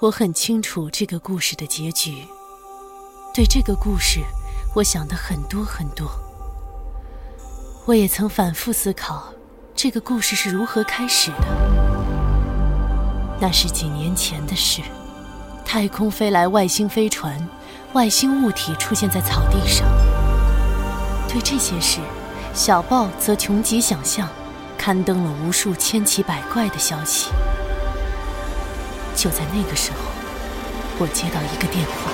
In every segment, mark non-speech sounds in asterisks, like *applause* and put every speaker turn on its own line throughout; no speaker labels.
我很清楚这个故事的结局。对这个故事，我想的很多很多。我也曾反复思考，这个故事是如何开始的。那是几年前的事，太空飞来外星飞船，外星物体出现在草地上。对这些事，小报则穷极想象，刊登了无数千奇百怪的消息。就在那个时候，我接到一个电话，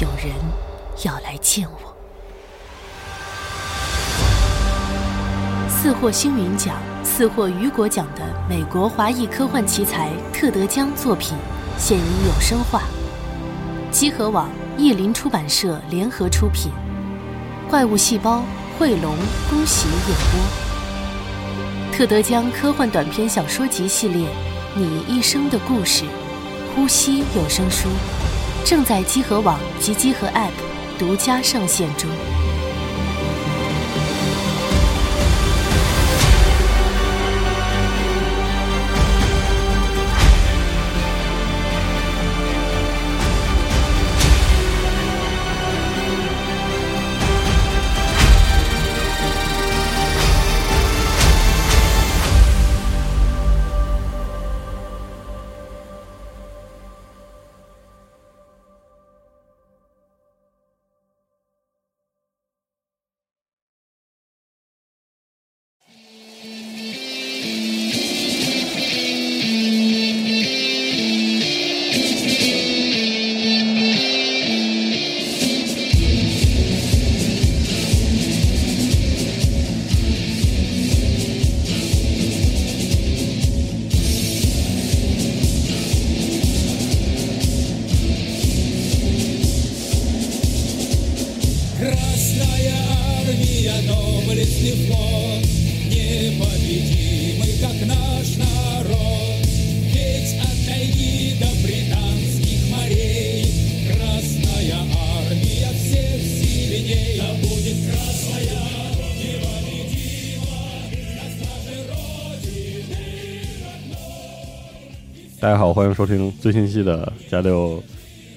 有人要来见我。四获星云奖、四获雨果奖的美国华裔科幻奇才特德·江作品现已有声化，积禾网、译林出版社联合出品，《怪物细胞》惠龙、恭喜演播。特德·江科幻短篇小说集系列《你一生的故事》，呼吸有声书正在积禾网及积禾 App 独家上线中。
Красная армия, доблестный флот, Непобедимый, как наш народ. Ведь от тайги до британских морей Красная армия всех сильней. Да будет красная, непобедима, Нас даже Родины родной.
大家好，欢迎收听最新一期的加六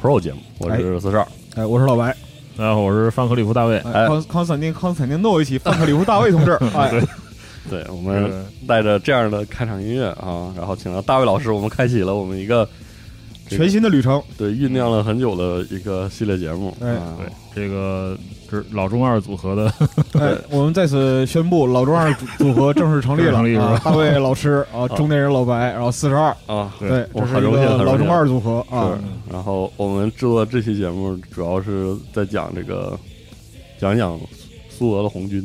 Pro 节目，我是四十二。
哎，我是老白。
大家好，我是范克里夫大卫。
哎
哎，康康斯坦丁康斯坦丁诺维奇范克里夫大卫同志，哎，
*laughs* 对，我们带着这样的开场音乐啊，然后请到大卫老师，我们开启了我们一个这个
全新的旅程，
对酝酿了很久的一个系列节目。
哎
啊
对，这个这是老中二组合的， *laughs*
哎，我们在此宣布老中二组组合正式成立了，
成立是吧
啊大卫老师啊，
*laughs*
中年人老白，然后四十二，
啊，
对
对，
我
这是
很
一
荣幸
个
很荣幸
老中二组合啊
是，。然后我们制作这期节目，主要是在讲这个，讲一讲苏俄的红军。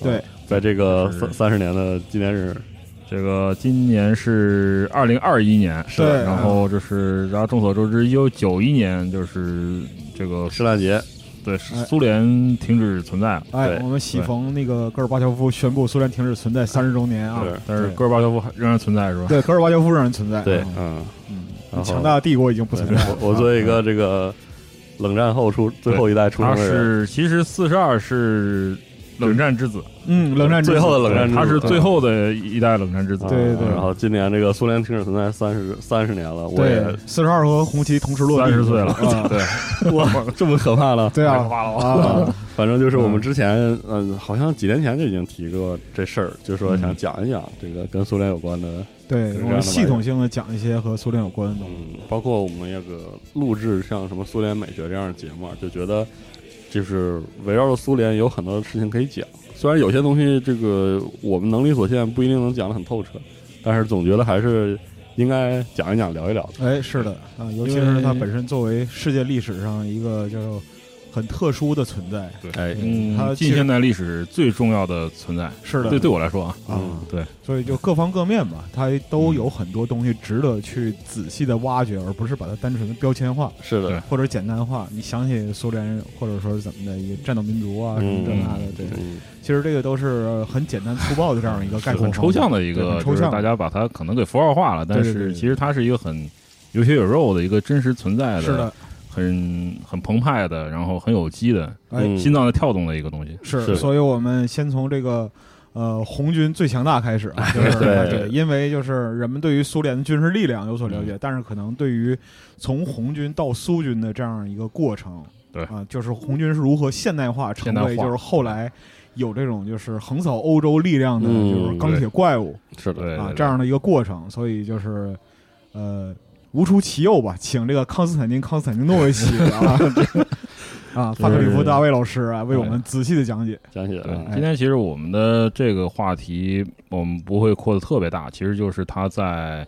啊
对，
在这个
是
三三十年的纪念日，
这个今年是二零二一年，
是对
然后这是大家众所周知，一九九一年就是这个
圣诞节，
对苏联停止存在了，
哎
对，
我们喜逢那个戈尔巴乔夫宣布苏联停止存在三十周年啊
是，
但是戈尔巴乔夫还仍然存在是吧？
对，戈尔巴乔夫仍然存在，
嗯对
啊，
嗯，然后
强大的帝国已经不存在啊了
我，我作为一个这个冷战后出最后一代出
他
生的人，
是其实四十二是冷战之子，
嗯，冷战之
最后的冷战之子，
对他是最
啊。
后的一代冷战之子
啊。
对对对
然后今年这个苏联停止存在三十三十年了，我也
对四十二和红旗同时落地，
三十岁了，
啊
*laughs*
对，
哇，这么可怕了。
*laughs* 对
*laughs*
啊，啊，
反正就是我们之前，嗯，好像几年前就已经提过这事儿，就说想讲一讲这个跟苏联有关的，
对
是这
我
样的
们系统性的讲一些和苏联有关的东西。
嗯，包括我们那个录制像什么苏联美学这样的节目啊，就觉得就是围绕着苏联有很多事情可以讲。虽然有些东西这个我们能力所限不一定能讲得很透彻，但是总觉得还是应该讲一讲、聊一聊。
哎，是的啊，尤其
因
是
为
它本身作为世界历史上一个就很特殊的存在。
哎，
他
嗯，
其实
近现代历史最重要的存在，
是的
对对我来说啊，
嗯，
对，
所以就各方各面吧，它都有很多东西值得去仔细的挖掘，而不是把它单纯的标签化
是的
对，
或者简单化。你想起苏联人，或者说是怎么的一个战斗民族啊，什么这那的，对，
嗯，
其实这个都是很简单粗暴的这样一个概括
很
方法，
抽象的一
对
个
很，抽
就是
象
大家把它可能给符号化了，但
对对对
是其实它是一个很有血有肉的一个真实存在
是的，
很很澎湃的，然后很有机的，
哎，
嗯
心脏在跳动的一个东西。
是，
是
所以我们先从这个呃红军最强大开始
*laughs*
啊，就是
对
对，因为就是人们对于苏联的军事力量有所
嗯
了解，但是可能对于从红军到苏军的这样一个过程，
对
啊，就是红军是如何现代化，成
现代化
为就是后来有这种就是横扫欧洲力量的
嗯
就是钢铁
对
怪物
是的，
对
啊
对
这样的一个过程，所以就是呃无出其右吧，请这个康斯坦丁康斯坦丁诺维奇啊 *laughs* 啊
是
法特里夫大卫老师啊为我们仔细的哎讲解，
讲起来
对哎
啊，
今天其实我们的这个话题，我们不会扩的特别大，其实就是它在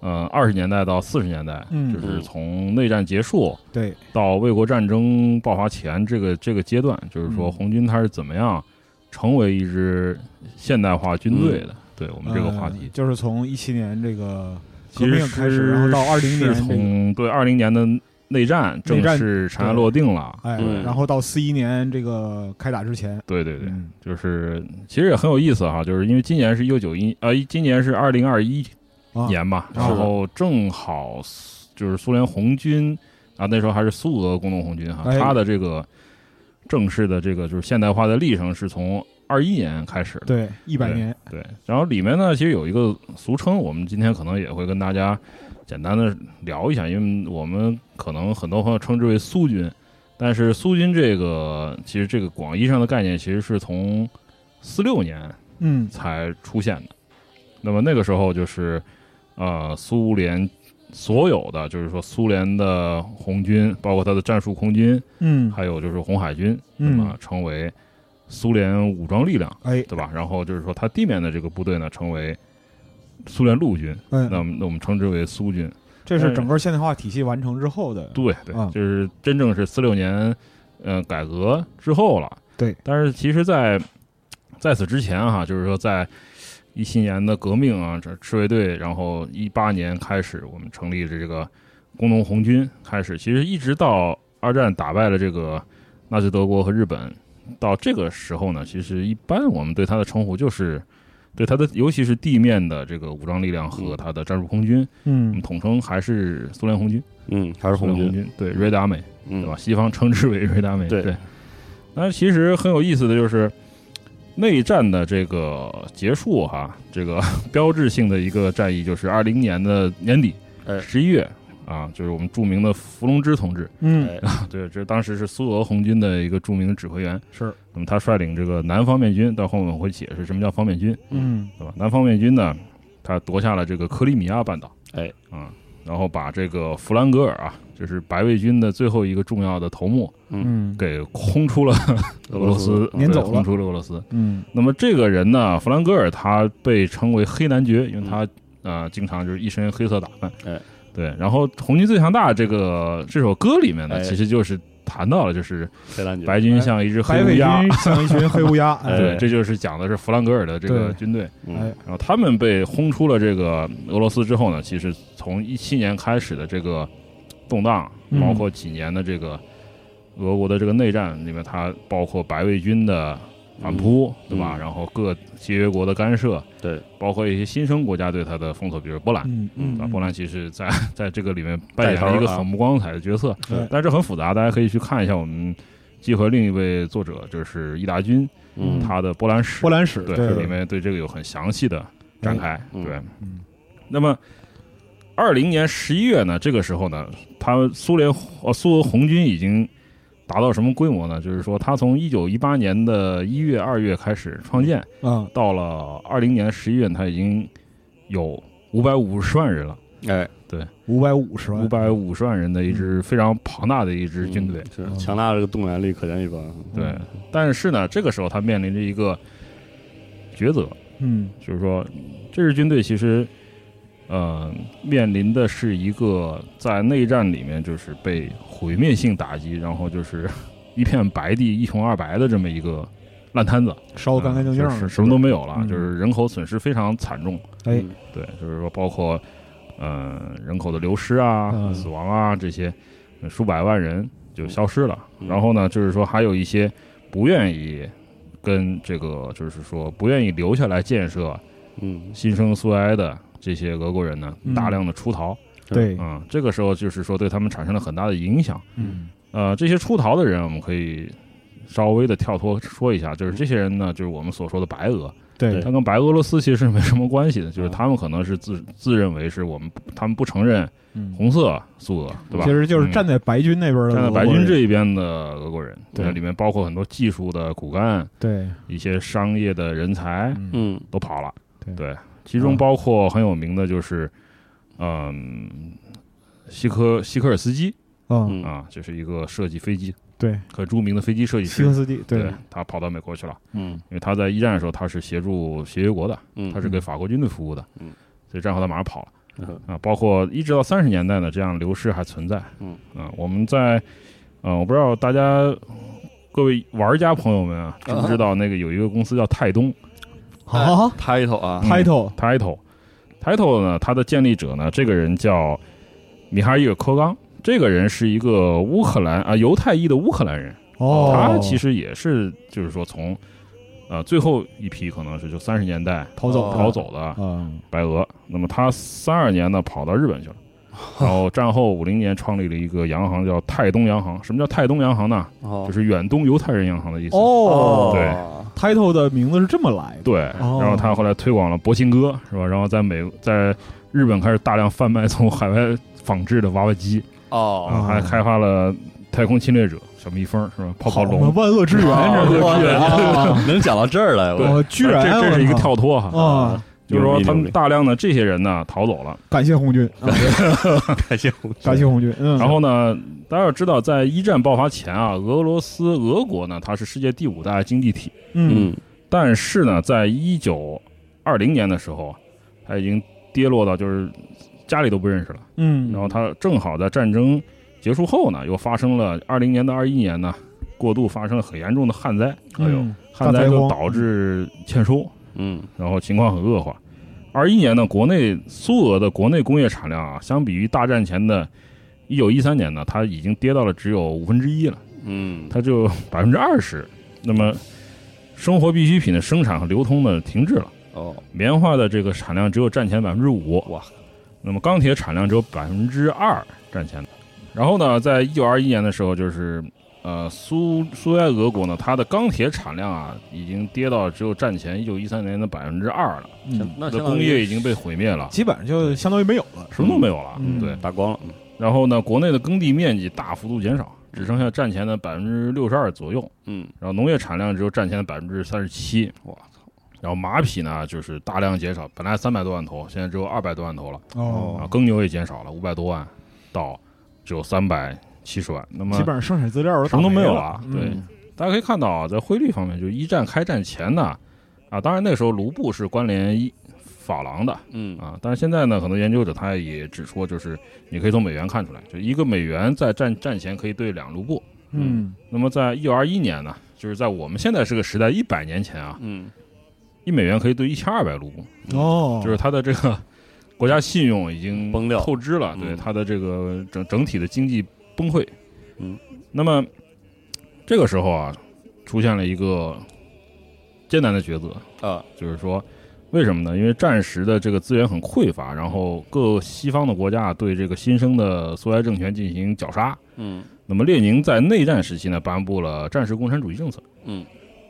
呃二十年代到四十年代，
嗯
就是从内战结束
对，
到卫国战争爆发前这个这个阶段，就是说
嗯
红军它是怎么样成为一支现代化军队
嗯
的。对我们这个话题
呃，就是从一七年这个革
其实
命开始，然后到二零
是
年这个，
从对二零年的内战正式尘埃落定了。
哎
嗯，
然后到四一年这个开打之前，
对对对，
嗯
就是其实也很有意思哈，就是因为今年是一九九一呃，今年是二零二一
啊，
年嘛，
是
然后正好苏就是苏联红军啊，那时候还是苏俄工农红军哈，
哎
它的这个正式的这个就是现代化的历程是从二一年开始的。
对，一百年，
对，然后里面呢，其实有一个俗称，我们今天可能也会跟大家简单的聊一下，因为我们可能很多朋友称之为苏军，但是苏军这个其实这个广义上的概念，其实是从四六年
嗯，
才出现的。那么那个时候就是，呃，苏联所有的就是说苏联的红军，包括它的战术空军，
嗯，
还有就是红海军，那
嗯
么成为苏联武装力量。
哎，
对吧？然后就是说，它地面的这个部队呢，称为苏联陆军，那
嗯，
我们那我们称之为苏军。
这是整个现代化体系完成之后的，
对对
啊，
就是真正是四六年，呃，改革之后了。
对，
但是其实在，在此之前哈、就是说在一七年的革命啊，这赤卫队，然后一八年开始我们成立的这个工农红军开始，其实一直到二战打败了这个纳粹德国和日本，到这个时候呢，其实一般我们对它的称呼就是。对它的，尤其是地面的这个武装力量和它的战术空军，我们
嗯，
统称还是苏联红军。
嗯，还是
苏联
红军，
军，对瑞达美，
嗯
对吧？西方称之为瑞达美。
对
对。但其实很有意思的就是，内战的这个结束哈，这个 *laughs* 标志性的一个战役就是二零年的年底
哎，
十一月啊，就是我们著名的伏龙芝同志， *laughs*
嗯，
哎
对，这当时是苏俄红军的一个著名的指挥员。
是，
那么他率领这个南方面军，到后面我会解释什么叫方面军，
嗯，
对吧？南方面军呢，他夺下了这个克里米亚半岛，
哎，
啊、然后把这个弗兰格尔啊，就是白卫军的最后一个重要的头目，
嗯，
给轰出了俄罗斯，
撵走了
对轰出了俄罗斯。
嗯，
那么这个人呢，弗兰格尔他被称为黑男爵，因为他、呃经常就是一身黑色打扮，
哎，
对。然后《红军最强大》这个这首歌里面呢，
哎
其实就是谈到了，就是
黑蓝军，
白军像一只黑
白
乌
匪
鸦，
军像一
*laughs*
群黑乌鸦，哎，
对，这就是讲的是弗兰格尔的这个
对
军队。
嗯
哎，
然后他们被轰出了这个俄罗斯之后呢，其实从一七年开始的这个动荡，
嗯
包括几年的这个俄国的这个内战里面，它包括白卫军的反扑，
嗯
对吧？
嗯
然后各契约国的干涉，
对，
包括一些新生国家对它的封锁，比如波兰。
嗯
啊，
嗯，
波兰其实在 *laughs* 在这个里面扮演
带头
了
啊
一个很不光彩的角色，
对
但这很复杂，大家可以去看一下我们集合另一位作者，就是伊达军，
嗯，
他的波兰史，
波兰史，
对，
对，
里面对这个有很详细的展开。
嗯
对，
嗯
那么二零年十一月呢，这个时候呢，他苏联呃苏俄红军已经达到什么规模呢？就是说，他从一九一八年的一月、二月开始创建，
啊，
到了二零年十一月，他已经有五百五十万人了，
哎，
五百五十万，嗯
五百五十万人的一支非常庞大的一支军队。
嗯是强大的这个动员力可见一斑，
嗯
对，但是呢，这个时候他面临着一个抉择，
嗯，
就是说，这支军队其实，呃，面临的是一个在内战里面就是被毁灭性打击，然后就是 *laughs* 一片白地一穷二白的这么一个烂摊子，
烧哦得干干净净
嗯
的，
就是什么都没有了，
嗯
就是人口损失非常惨重。
哎，
嗯
对，就是说包括呃人口的流失啊、
嗯
死亡啊这些，呃数百万人就消失了。
嗯
然后呢，就是说还有一些不愿意跟这个，就是说不愿意留下来建设。
嗯，
新生苏维埃的这些俄国人呢，
嗯
大量的出逃，
对，
嗯，这个时候就是说对他们产生了很大的影响。
嗯
呃，这些出逃的人，我们可以稍微的跳脱说一下，就是这些人呢，就是我们所说的白俄，
对
他跟白俄罗斯其实是没什么关系的，就是
啊
他们可能是自自认为是我们不他们不承认
嗯
红色苏俄，对吧？
其实就是站
嗯
在白军那边的
站在
俄国
白
人，
军这一边的俄国人，
对
那里面包括很多技术的骨干，
对，
一些商业的人才
嗯
嗯
都跑了，
对嗯
其中包括很有名的就是，嗯。希科希科尔斯基
嗯，
嗯
啊，这是一个设计飞机
对，
很著名的飞机设计
希
师
克，斯基，对
对，他跑到美国去了，
嗯
因为他在一战的时候他是协助协约国的，
嗯，
他是给法国军队服务的，
嗯，
所以战后他马上跑了
嗯
啊，包括一直到三十年代呢，这样流失还存在，
嗯
啊，我们在，呃，我不知道大家呃各位玩家朋友们啊，知不知道那个有一个公司叫泰东
啊
，title 啊，
嗯
，title，
Title Title 呢，它的建立者呢，这个人叫米哈伊尔科冈，这个人是一个乌克兰啊犹太裔的乌克兰人。
哦，
他其实也是，就是说从，呃，最后一批可能是就三十年代
跑走
哦
了
跑，走的
嗯，
白俄。那么他三二年呢跑到
*laughs*
日本去了，然后战后五零年创立了一个洋行叫泰东洋行。什么叫泰东洋行呢？
哦
就是远东犹太人洋行的意思。
哦
对
，title 的名字是这么来的，
对，
哦
然后他后来推广了博兴哥，是吧？然后在美在日本开始大量贩卖从海外仿制的娃娃机，
哦
啊，还开发了太空侵略者小蜜蜂，是吧？泡泡龙
好嘛，万恶之源，
哦
这
恶之源
啊，
*laughs* 能讲到这儿来，我
哦，居
这
然
这是一个
我操
跳脱哈，
啊！
就是说
牛逼
他
牛
们
逼
大量的这些人呢逃走了，
感谢红军，啊
感谢红军
感谢红军。嗯，
嗯然后呢，大家要知道，在一战爆发前啊，俄罗斯俄国呢它是世界第五大经济体，
嗯，
嗯
但是呢，在一九二零年的时候，它已经跌落到就是家里都不认识了。
嗯，
然后它正好在战争结束后呢，又发生了二零年到二一年呢，过度发生了很严重的旱灾，
嗯
哎呦，旱
大
灾
灾荒嗯
就导致欠收，
嗯
然后情况很恶化。二一年呢，国内苏俄的国内工业产量啊，相比于大战前的1913年呢，它已经跌到了只有五分之一了，
嗯，
它就百分之二十。那么，生活必需品的生产和流通呢停滞了，
哦，
棉花的这个产量只有战前百分之五，
哇，
那么钢铁产量只有百分之二战前的。然后呢，在一九二一年的时候，就是呃苏苏维埃俄国呢，它的钢铁产量啊已经跌到只有战前一九一三年的百分之二了，
嗯
那
它
相
的
当
工
于
业已经被毁灭了，
基本上就相当于没有了。
什么都没有了。
嗯
对，
打光了，
然后呢，国内的耕地面积大幅度减少，只剩下战前的百分之六十二左右，
嗯
然后农业产量只有战前的百分之三十七。
我
操！然后马匹呢，就是大量减少，本来三百多万头，现在只有二百多万头了。啊，
哦，
耕牛也减少了五百多万，到只有三百七十万。那么
基本上生产资料
什么都没有
有
了。啊对
嗯，
大家可以看到啊，在汇率方面，就一战开战前呢，啊，当然那时候卢布是关联一法郎的
嗯
啊，但是现在呢，很多研究者他也指出，就是你可以从美元看出来，就一个美元在战战前可以兑两卢布。
嗯，
那么在一九二一年呢，就是在我们现在这个时代一百年前啊，
嗯
一美元可以兑一千二百卢布。
哦，
嗯就是他的这个国家信用已经
崩掉
透支了，
嗯
对他的这个整整体的经济崩溃。
嗯，
那么这个时候啊，出现了一个艰难的抉择，
啊
就是说。为什么呢？因为战时的这个资源很匮乏，然后各西方的国家对这个新生的苏维埃政权进行绞杀，
嗯
那么列宁在内战时期呢，颁布了战时共产主义政策，
嗯，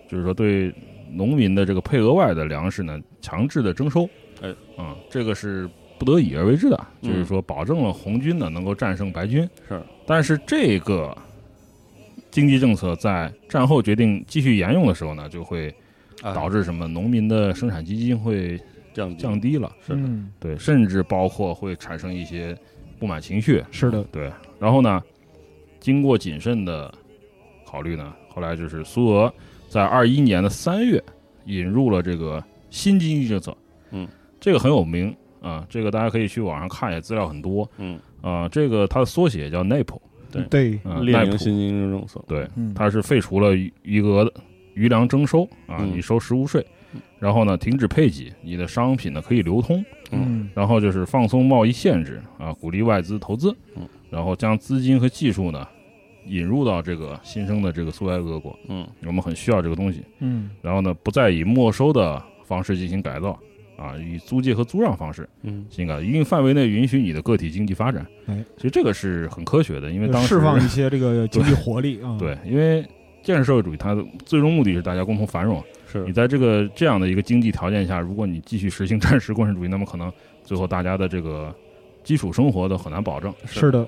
就是说对农民的这个配额外的粮食呢，强制的征收，
哎，
嗯，这个是不得已而为之的，
嗯
就是说保证了红军呢能够战胜白军，
是，
但是这个经济政策在战后决定继续沿用的时候呢，就会
啊
导致什么农民的生产基金会
降低
降低了，
嗯，
对，甚至包括会产生一些不满情绪，
是的，
对，然后呢，经过谨慎的考虑呢，后来就是苏俄在二一年的三月引入了这个新经济政策，
嗯，
这个很有名啊、这个大家可以去网上看一下，资料很多
嗯，
啊、这个它的缩写叫 NAPO，对
对，
啊、
列
奈
宁
普
新经济政策，
对，
嗯，
它是废除了余余额的余粮征收啊，
嗯
你收实物税，然后呢停止配给，你的商品呢可以流通，
嗯
然后就是放松贸易限制啊，鼓励外资投资
嗯，
然后将资金和技术呢引入到这个新生的这个苏维埃俄国，
嗯
我们很需要这个东西。
嗯
然后呢，不再以没收的方式进行改造啊，以租借和租让方式
嗯
进行改造，一定范围内允许你的个体经济发展。
哎
*laughs* 其实这个是很科学的，因为当时
释放一些这个经济活力啊，
对，因为建设社会主义，它的最终目的是大家共同繁荣。
是
你在这个这样的一个经济条件下，如果你继续实行 *laughs* 战时共产主义，那么可能最后大家的这个基础生活都很难保证。
是的，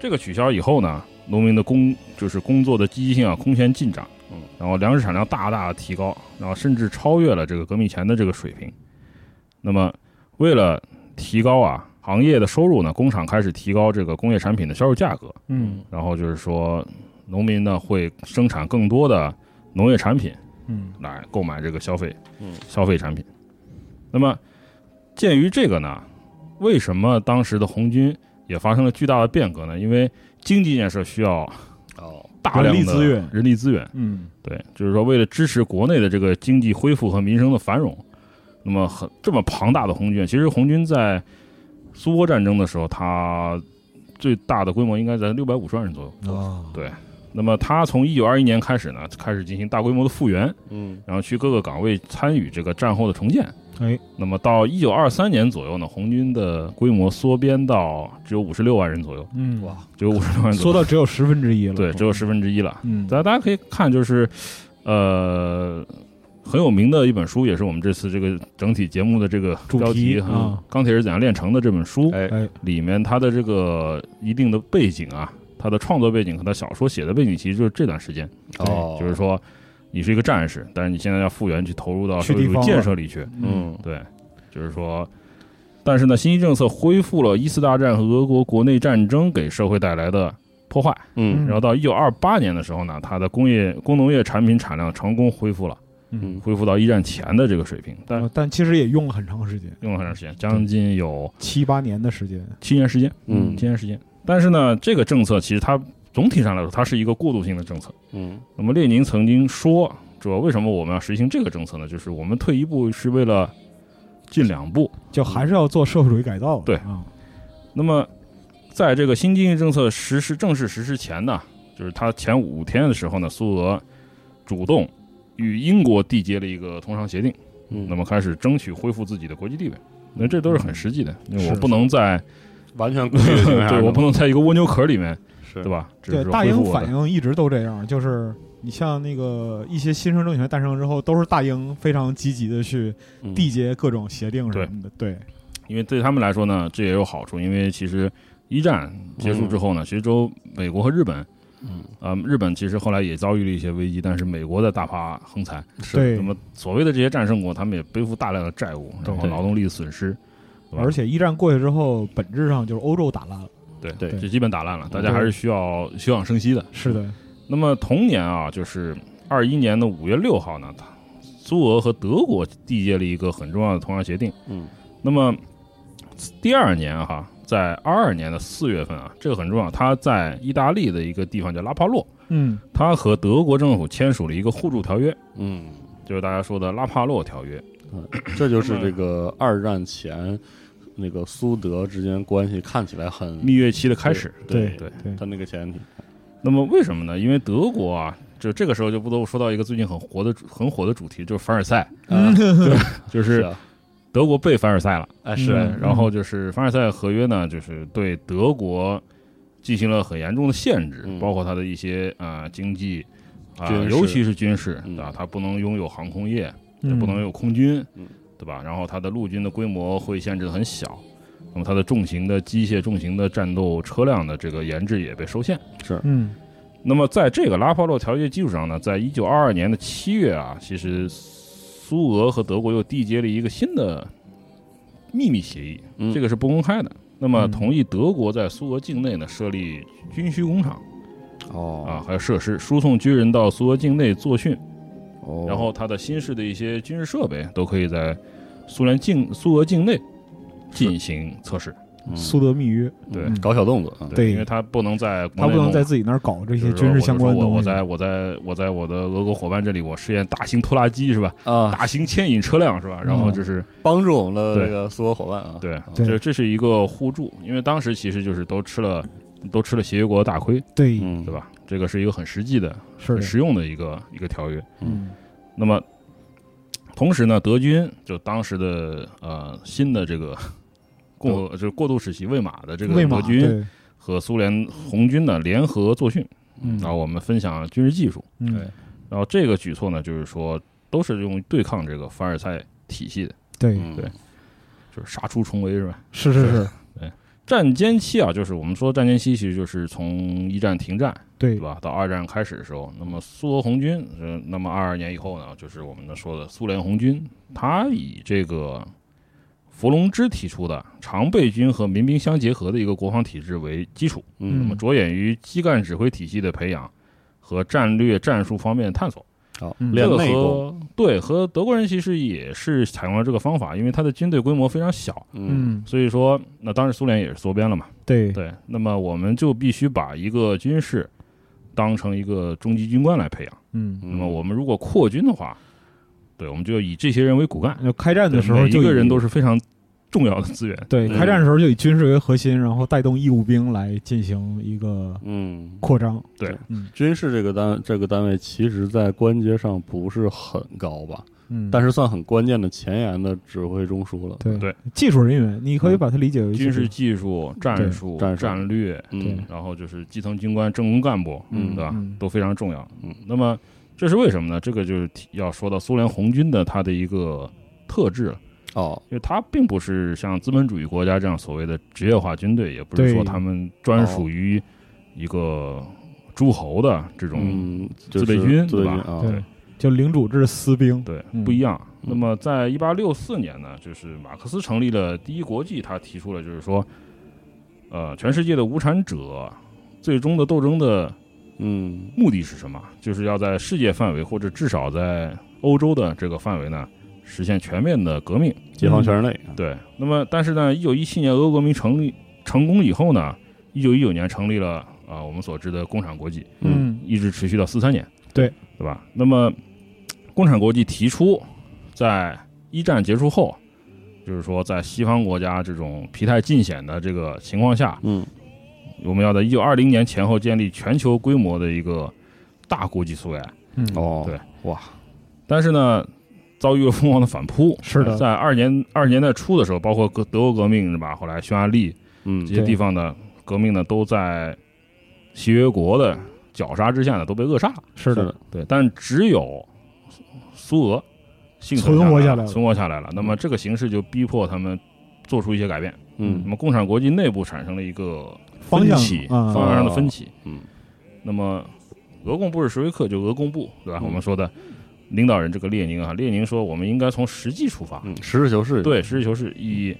这个取消以后呢，农民的工就是工作的积极性啊空前进涨，嗯，然后粮食产量大大提高，然后甚至超越了这个革命前的这个水平。那么，为了提高啊行业的收入呢，工厂开始提高这个工业产品的销售价格，
嗯
然后就是说，农民呢会生产更多的农业产品，
嗯
来购买这个消费，
嗯
消费产品。那么，鉴于这个呢，为什么当时的红军也发生了巨大的变革呢？因为经济建设需要
哦，
大量的
人力资源
人力资源
嗯，
对，就是说为了支持国内的这个经济恢复和民生的繁荣，那么很这么庞大的红军，其实红军在苏波战争的时候，它最大的规模应该在六百五十万人左右。
嗯
啊，
那么，它从一九二一年开始呢，开始进行大规模的复员，
嗯
然后去各个岗位参与这个战后的重建。
哎，
那么到一九二三年左右呢，红军的规模缩编到只有五十六万人左右，
嗯
哇，
只有五十六万
缩
左右，
到只有十分之一了，
对，只有十分之一了。
嗯，
大家大家可以看，就是呃很有名的一本书，也是我们这次这个整体节目的这个
主
标
题
题哈，
啊
《钢铁是怎样炼成的》这本书，
哎
哎，
里面它的这个一定的背景啊，它的创作背景和它小说写的背景，其实就是这段时间，
哦，
就是说你是一个战士，但是你现在要复员去投入到
去
社会
地
主义
方
建
了
设里去，
嗯
对，就是说，但是呢，新一政策恢复了一次大战和俄国国内战争给社会带来的破坏。
嗯
然后到一九二八年的时候呢，它的工业工农业产品产量成功恢复了，
嗯
恢复到一战前的这个水平，但
呃但其实也用了很长时间，
用了很长时间，将近有
七八年的时间，
七年时间，
嗯
七年时间。但是呢，这个政策其实它总体上来说，它是一个过渡性的政策。
嗯
那么列宁曾经说，说为什么我们要实行这个政策呢？就是我们退一步是为了进两步，
就还是要做社会主义改造的，
对
啊，
那么，在这个新经济政策实施正式实施前呢，就是它前五天的时候呢，苏俄主动与英国缔结了一个通商协定，
嗯，
那么开始争取恢复自己的国际地位。那这都是很实际的，因为我
是
不能在
完全
*laughs*
*laughs*
对我不能在一个蜗牛壳里面，
是
对？吧？只
对，
是
大
恢复
英
我的
反应一直都这样，就是你像那个一些新生政权诞生之后，都是大英非常积极的去
嗯
缔结各种协定什么的，对，
因为对他们来说呢，这也有好处，因为其实一战结束之后呢，其实周美国和日本，
嗯
呃，日本其实后来也遭遇了一些危机，但是美国在大发横财，
对
那么所谓的这些战胜国，他们也背负大量的债务，然后
对
劳动力的损失，对吧
而且一战过去之后，本质上就是欧洲打烂了，
对
对
这基本打烂了，大家
对
还是需要休养生息的。
是的，
那么同年啊，就是二一年的五月六号呢，它苏俄和德国缔结了一个很重要的同样协定。
嗯
那么第二年哈、在二二年的四月份啊，这个很重要，它在意大利的一个地方叫拉帕洛，
嗯，
它和德国政府签署了一个互助条约，
嗯，
就是大家说的拉帕洛条约。
这就是这个二战前那个苏德之间关系看起来很
蜜月期的开始，
对
对
对
他那个前提，
那么为什么呢？因为德国啊，这这个时候就不得不说到一个最近很火的主很火的主题，就是凡尔赛，
啊
就是是
啊
德国被凡尔赛了。
哎
对
是
嗯
然后就是凡尔赛合约呢，就是对德国进行了很严重的限制，
嗯
包括它的一些呃经济啊、
军事
尤其是军事
嗯
啊，它不能拥有航空业，也
嗯
不能拥有空军
嗯，
对吧？然后它的陆军的规模会限制的很小。那么它的重型的机械、重型的战斗车辆的这个研制也被受限，
嗯，
那么在这个拉帕洛条约基础上呢，在一九二二年的七月啊，其实苏俄和德国又缔结了一个新的秘密协议，
嗯
这个是不公开的。那么
嗯
同意德国在苏俄境内呢设立军需工厂啊
哦，
还有设施，输送军人到苏俄境内作训，
哦
然后他的新式的一些军事设备都可以在苏联境苏俄境内进行测试。
嗯
苏德密约，
对
嗯
搞小动作，嗯
对
因为他不能在
他
国内
不能
弄
在自己那儿搞这
就
些
是说
军事相关的
我就说我
东
我
西，
在我在我在我的俄国伙伴这里，我试验大型拖拉机是吧？
啊，
大型牵引车辆是吧？然
嗯
后就是
帮助我们的
对
这个苏俄伙伴啊，
对
啊
对
这这是一个互助，因为当时其实就是都吃了都吃了协约国的大亏，
对，
嗯
对吧？这个是一个很实际的、
是
很
的，
实用的一个一个条约。
嗯
那么同时呢，德军就当时的呃新的这个共和就是过渡时期魏玛的这个
魏玛
德军
对，
和苏联红军呢联合作训，
嗯
然后我们分享军事技术。
嗯
啊对然后这个举措呢，就是说都是用于对抗这个凡尔赛体系的，
对，
嗯
对就是杀出重围是吧？
是是是，
战间期啊，就是我们说战间期，其实就是从一战停战，
对
对吧？到二战开始的时候，那么苏俄红军，呃，那么二二年以后呢，就是我们的说的苏联红军，它以这个伏龙芝提出的常备军和民兵相结合的一个国防体制为基础，那
嗯
么着眼于基干指挥体系的培养和战略战术方面的探索。
好
嗯
练
这个
内功，
和对和德国人其实也是采用了这个方法，因为他的军队规模非常小，
嗯
嗯，
所以说那当时苏联也是缩编了嘛，
对，
对，那么我们就必须把一个军事当成一个中级军官来培养。
嗯，
那么我们如果扩军的话，对，我们就以这些人为骨干。
那开战的时候
嗯每
就
一个人都
是
是非常重要的资源。
嗯
对，开战的时候就以军事为核心，然后带动义务兵来进行一个
嗯，
扩张。
对，
嗯
军事这个单这个单位其实在关节上不是很高吧，
嗯，
但
是
是算很关键的前沿的指挥中枢了。
对
对嗯
技术人员，你可以把它理解为
军
技
事
术
技术、
对
战术、
战术
战略，
嗯
对
然后就是基层军官、政工干部，
嗯
对吧？
嗯
都非常重要。
嗯，
那么这是为什么呢？这个就是提要说到苏联红军的它的一个特质了，
哦，
因为它并不是像资本主义国家这样所谓的职业化军队，也不是
对
说他们专属于一个诸侯的这种，
嗯，就是
自卫军
自卫
对
军
吧
啊，
对，就领主制私兵。
对
嗯，
不一样。
嗯
那么在一八六四年呢，就是马克思成立了第一国际，他提出了就是说，呃，全世界的无产者最终的斗争的
嗯
目的是什么？就是要在世界范围或者至少在欧洲的这个范围呢，实现全面的革命。
嗯
解放全人类，
对，那么但是呢，一九一七年俄国革命成立成功以后呢，一九一九年成立了啊、我们所知的共产国际，
嗯，
一直持续到四三年，
对
对吧？那么共产国际提出，在一战结束后，就是说在西方国家这种疲态尽显的这个情况下，
嗯
我们要在一九二零年前后建立全球规模的一个大国际苏维埃。
嗯，
哦，
对
哇，
但是呢，遭遇了疯狂的反扑。
是的
在二年二十年代初的时候，包括革德国革命是吧？后来匈牙利
嗯
这些地方的革命呢，都在协约国的绞杀之下呢，都被扼杀了。
是
的
的，
对，但只有苏俄幸存
存活
下
下来
来了
了嗯
存活下来了。那么这个形势就逼迫他们做出一些改变。那
嗯
么共产国际内部产生了一个
方向
分歧，
啊
方向上的分歧。
嗯
那么俄共布尔什维克就俄共部，对吧？
嗯
我们说的领导人这个列宁啊，列宁说我们应该从实际出发，
嗯，实事求是，，
对，实事求是，以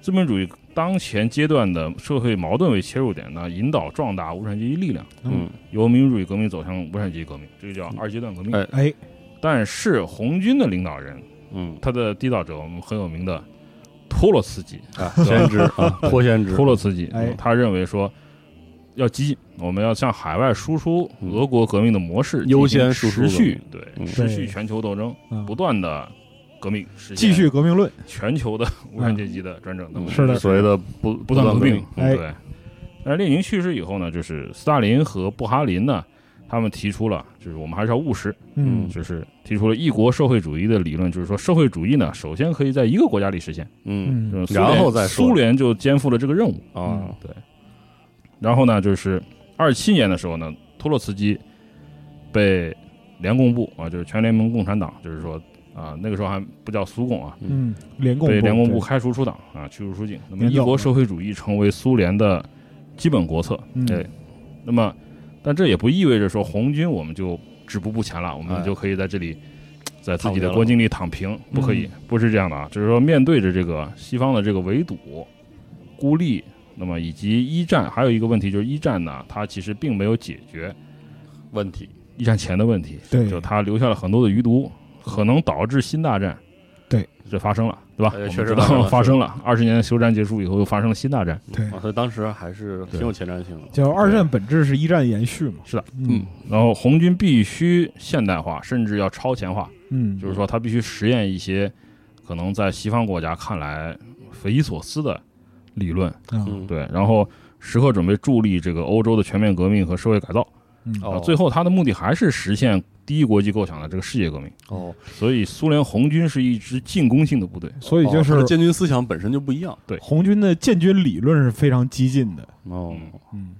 资本主义当前阶段的社会矛盾为切入点呢，引导壮大无产阶级力量，
嗯
由民主主义革命走向无产阶级革命，这个叫二阶段革命。
哎
哎，
但是红军的领导人，
嗯，
他的缔造者，我们很有名的托洛茨基，
啊，先知
*laughs*
啊，托先知，
托洛茨基，
哎
他认为说要激进，我们要向海外输出
嗯
俄国革命的模式，
优先输
进
出
行持续对、
嗯
持续
对
全球斗争，
嗯
不断的革命，实现
继续革命论，
全球的无产阶级的专政。那么
是的
所谓的不
不
嗯不
断
断
革
革
命
命，，
哎
对。那列宁去世以后呢，就是斯大林和布哈林呢，他们提出了，就是我们还是要务实，
嗯
嗯
就是提出了一国社会主义的理论，就是说社会主义呢，首先可以在一个国家里实现。
嗯
嗯
就是苏
然
联
后再说
苏联就肩负了这个任务。
啊，
对。然后呢，就是二七年的时候呢，托洛茨基被联共部啊，就是全联盟共产党，就是说啊，那个时候还不叫苏共啊，
嗯，联共
被联共部
对
开除出党啊，驱逐出境。那么
领
一
导
国
嘛
社会主义成为苏联的基本国策。
嗯
对。那么，但这也不意味着说红军我们就止步不前了，我
哎
们就可以在这里。在自
躺平
己的
了嗯
国境里躺平，不可以，不是这样的啊。就是说，面对着这个西方的这个围堵、孤立，那么以及一战，还有一个问题就是一战呢，它其实并没有解决
问题，
一战前的问题，
对
嗯
就它留下了很多的余毒，可能导致新大战。
对，
这发生了，对吧？
哎
我们
确实
知道
发生了
*laughs* 发生了。二十年的休战结束以后，又发生了新大战。
对
啊，所以当时还是挺有前瞻性的，
就二战本质是一战延续嘛，
是的，
嗯
然后红军必须现代化，甚至要超前化，
嗯，
就是说它必须实验一些可能在西方国家看来匪夷所思的理论。
啊
嗯，
对，然后时刻准备助力这个欧洲的全面革命和社会改造。
嗯
啊，
哦，
最后它的目的还是实现第一国际构想的这个世界革命。
哦，
所以苏联红军是一支进攻性的部队。
所以就
哦他
是
的建军思想本身就不一样，
红军的建军理论是非常激进的，
哦，
嗯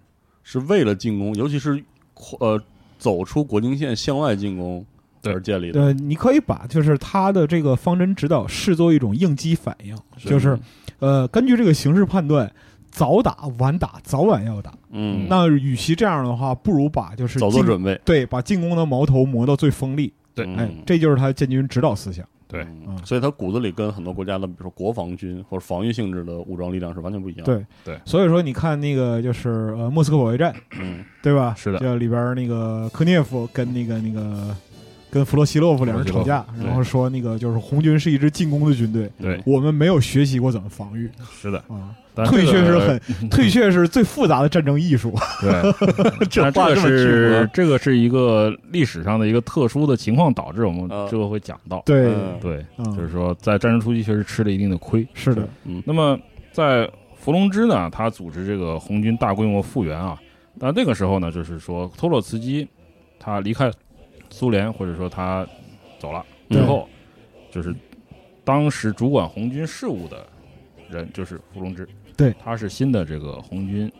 是为了进攻，尤其是扩呃走出国境线向外进攻
对
而建立的，
呃，你可以把就是他的这个方针指导视作一种应激反应，就是呃，根据这个形势判断，早打晚打，早晚要打。
嗯，
那与其这样的话，不如把就是
早做
进
准备，
对，把进攻的矛头磨到最锋利。
对
嗯
哎，这就是他建军指导思想。
对
嗯所以他骨子里跟很多国家的，比如说国防军或者防御性质的武装力量是完全不一样的。
对所以说，你看那个就是呃，莫斯科保卫战，
嗯，
对吧？
是的
就里边那个科涅夫跟那个那个跟弗洛西洛夫两人吵架，
弗洛西洛夫
然后说那个就是红军是一支进攻的军队，
嗯
对，
我们没有学习过怎么防御
是的，
啊。
但
退
这
却是
个呃嗯
很，退却是最复杂的战争艺
*laughs*
术。
对，但
话这么
这个
直
是
吗
这个是一个历史上的一个特殊的情况导致我们
啊
这个会讲到，
对，
嗯
对，
嗯，
就是说在战争初期确实吃了一定的亏。
是的，
那么在伏龙芝呢，他组织这个红军大规模复员啊，但那个时候呢，就是说托洛茨基他离开苏联，或者说他走了之
对
后，就是当时主管红军事务的人就是伏龙芝，
对，
他是新的这个红军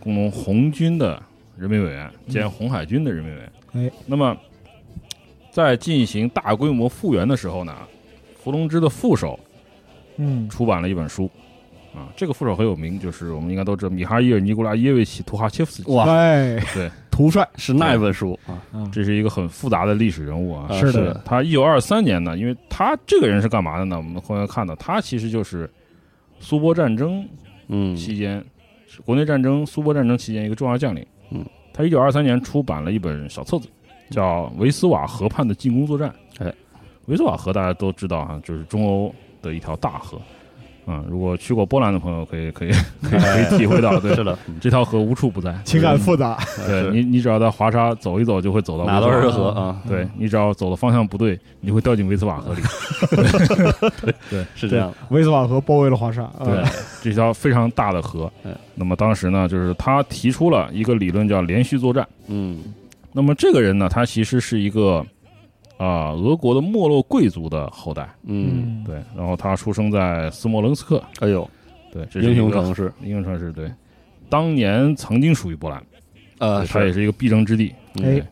工农红军的人民委员兼红海军的人民委员。
嗯哎，
那么在进行大规模复员的时候呢，伏龙芝的副手
嗯，
出版了一本书，啊，这个副手很有名，就是我们应该都知道米哈伊尔·尼古拉耶维奇·图哈切夫斯基，
哇
哎，
对，
屠帅，
是那本书啊，
嗯
这是一个很复杂的历史人物啊。
啊
是的
是
他一九二三年呢，因为他这个人是干嘛的呢？我们后面看到，他其实就是苏波战争
嗯，
期间，是国内战争、苏波战争期间一个重要将领。
嗯，
他一九二三年出版了一本小册子，叫《维斯瓦河畔的进攻作战》。
哎，
维斯瓦河大家都知道啊，就是中欧的一条大河。啊、如果去过波兰的朋友可以
*laughs*
可以可以可以体会到，对，
是的，
这条河无处不在，
情感复杂，
对
是
你你只要在华沙走一走，就会走到
哪
维斯
都
瓦
是
河
河啊，
对你只要走的方向不对，你会掉进维斯瓦
*laughs*
河里。
是这样的。
维斯瓦河包围了华沙。啊
对，这条非常大的河
嗯。
那么当时呢，就是他提出了一个理论叫连续作战。
嗯
那么这个人呢，他其实是一个啊、俄国的没落贵族的后代，
嗯，
嗯，
对。然后他出生在斯莫棱斯克，
哎呦，
对，这是
英
一
雄
个
城市，
英雄城市，对。当年曾经属于波兰，
呃，
对它也
是
是一个必争之地。
哎
对，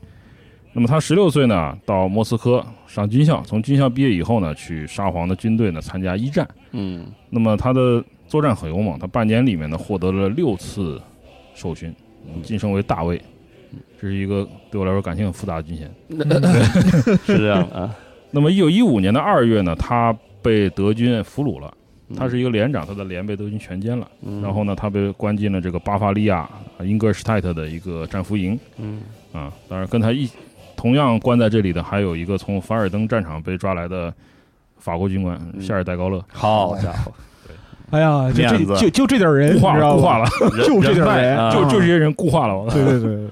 那么他十六岁呢，到莫斯科上军校，从军校毕业以后呢，去沙皇的军队呢参加一战。
嗯
那么他的作战很勇猛，他半年里面呢获得了六次授勋，晋升为大尉。这是一个对我来说感情很复杂的军衔。
是这样的啊，
那么一九一五年的二月呢，他被德军俘虏了，
嗯
他是一个连长，他的连被德军全歼了。
嗯
然后呢，他被关进了这个巴伐利亚呃英格尔施泰特的一个战俘营。
嗯
啊，当然跟他一同样关在这里的还有一个从凡尔登战场被抓来的法国军官
嗯
夏尔戴高乐，
好家伙，
哎呀，就
面
这
子
就就这点人，
固
哎你知
化了，
道
固化
吗？ *laughs*
了，
人
就这点
脉
人
啊
就就这些人固化了。
对对
*laughs*
对对，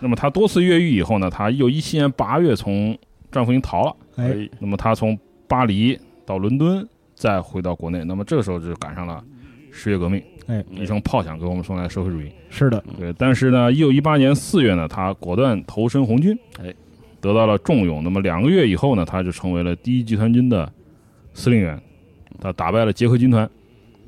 那么他多次越狱以后呢，他一九一七年八月从战俘营逃了，
哎，
哎
那么他从巴黎到伦敦，再回到国内，那么这个时候就赶上了十月革命，
哎
一声炮响给我们送来社会主义。
是的，
对，但是呢，一九一八年四月呢，他果断投身红军，
哎，
得到了重用。那么两个月以后呢，他就成为了第一集团军的司令员，他打败了捷克军团。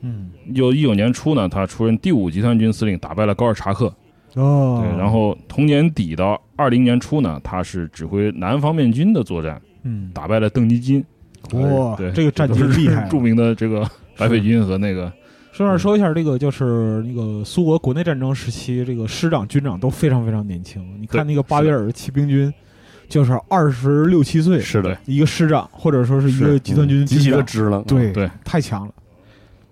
嗯，
一九一九年初呢，他出任第五集团军司令，打败了高尔察克。
哦，
对，然后同年底到二零年初呢，他是指挥南方面军的作战，
嗯，
打败了邓尼金。
哇
对，，
这个战绩
都是
厉害啊，
著名的这个白匪军和那个
顺便说一下，这个就是那个苏俄国内战争时期，这个师长、军长都非常非常年轻。你看那个巴约尔骑兵军，就是二十六七岁，
是的，
一个师长或者说是一
是嗯
个集团
嗯
军
极其
军
的
长，
支棱，
对
对，
太强了。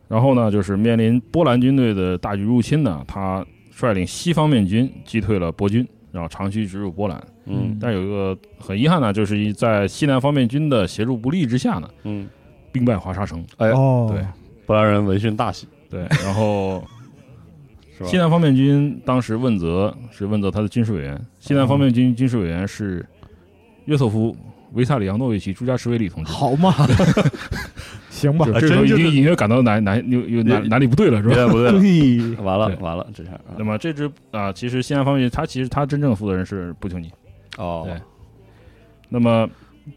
然后呢，就是面临波兰军队的大举入侵呢，他率领西方面军击退了波军，然后长驱直入波兰。
嗯
但有一个很遗憾呢，就是一在西南方面军的协助不力之下呢，
嗯，
兵败华沙城。
哎
哦，
对
波兰人闻讯大喜，
对，然后
是吧
西？南方面军当时问责是问责他的军事委员，西南方面军军事委员是约瑟夫·维萨里扬诺维奇·朱加什维里同志。
好
*laughs*
嘛，行吧
就，
哎
这时候
真
已
就
经
是
隐约感到哪哪有有哪
也
哪里不对了，是吧？
对不对了，
对，
*laughs* 完了
对
完了，这下啊
那么这支啊，其实西南方面，他其实他真正负责人是布丘尼。
哦
对，那么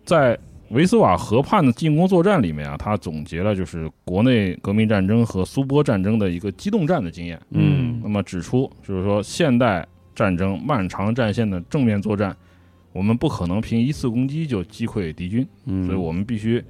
在维斯瓦河畔的进攻作战里面啊，他总结了就是国内革命战争和苏波战争的一个机动战的经验。
嗯
那么指出，就是说现代战争漫长战线的正面作战，我们不可能凭一次攻击就击溃敌军，
嗯，
所以我们必须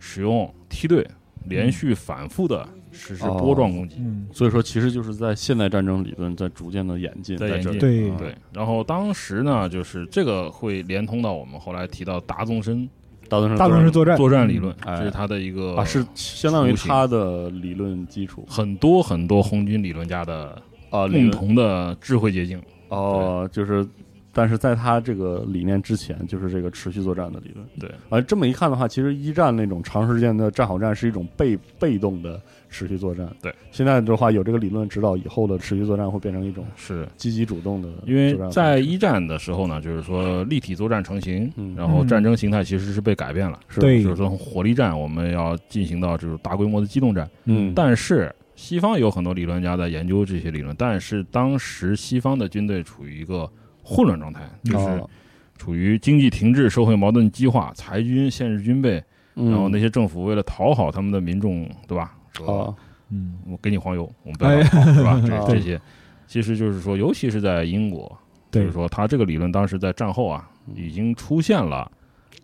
使用梯队，连续反复的实施波状攻击。
嗯，
所以说其实就是在现代战争理论在逐渐的演进，
在
在
演
这里
进
对
啊
对，然后当时呢，就是这个会连通到我们后来提到达纵深
大多数
大宗是作战，
作战理论，
嗯哎
这是它的一个
啊，是相当于
雏形
他的理论基础
很多很多红军理论家的
啊，理
共
论
同的智慧结晶。
哦，就是，但是在他这个理念之前，就是这个持续作战的理论。
对，
啊，这么一看的话，其实一战那种长时间的战壕战是一种被被动的持续作战。
对，
现在的话有这个理论指导，以后的持续作战会变成一种
是
积极主动的作战方式，
因为在一战的时候呢，就是说立体作战成型，
嗯
然后
嗯
战争形态其实是被改变了，
是
对
就是说从火力战我们要进行到这种大规模的机动战。
嗯，
但是西方有很多理论家在研究这些理论，但是当时西方的军队处于一个混乱状态，就是
哦
处于经济停滞、社会矛盾激化、裁军、限制军备，然后
嗯
那些政府为了讨好他们的民众，对吧？说
啊
嗯，
我给你黄油，我们不
哎
要跑，是吧？
*laughs*
啊
这这些，其实就是说，尤其是在英国，就
对
是说他这个理论当时在战后啊，已经出现了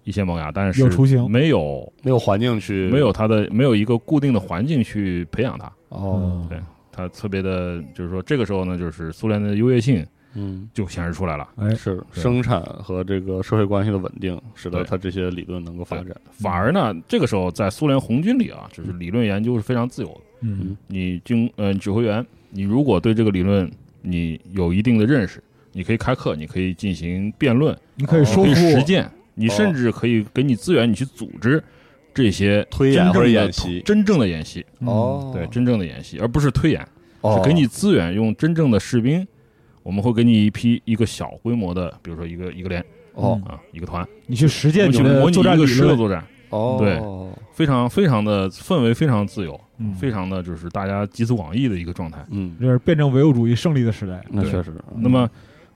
一些萌芽，但是
有雏形
没有
没有环境去
没有它的没有一个固定的环境去培养它，
嗯
哦
对它特别的，就是说这个时候呢，就是苏联的优越性
嗯。
就显示出来了，
哎，
是
对
生产和这个社会关系的稳定，使得
对
他这些理论能够发展。
反而呢，这个时候在苏联红军里啊，就是理论研究是非常自由的。
嗯
你经呃你指挥员，你如果对这个理论你有一定的认识，你可以开课，你可以进行辩论，
你可以
哦可
说
以
服
实
我，
践，你甚至可以给你资源，你去组织这些
推演
真
或者
正的
演习
真正的演习，
嗯，
对，真正的演习，而不是推演，
哦
是给你资源，用真正的士兵。我们会给你一批一个小规模的，比如说一个一个连
哦
嗯
啊，一个团，
你去实
我
践
们
你
去
的
模拟
作
一
战理
个师的
论，
作战，
哦，
对非常非常的氛围非常自由，
嗯，
非常的就是大家集思广益的一个状态。
嗯，
这是辩证唯物主义胜利的时代，
那
对
确实，
那么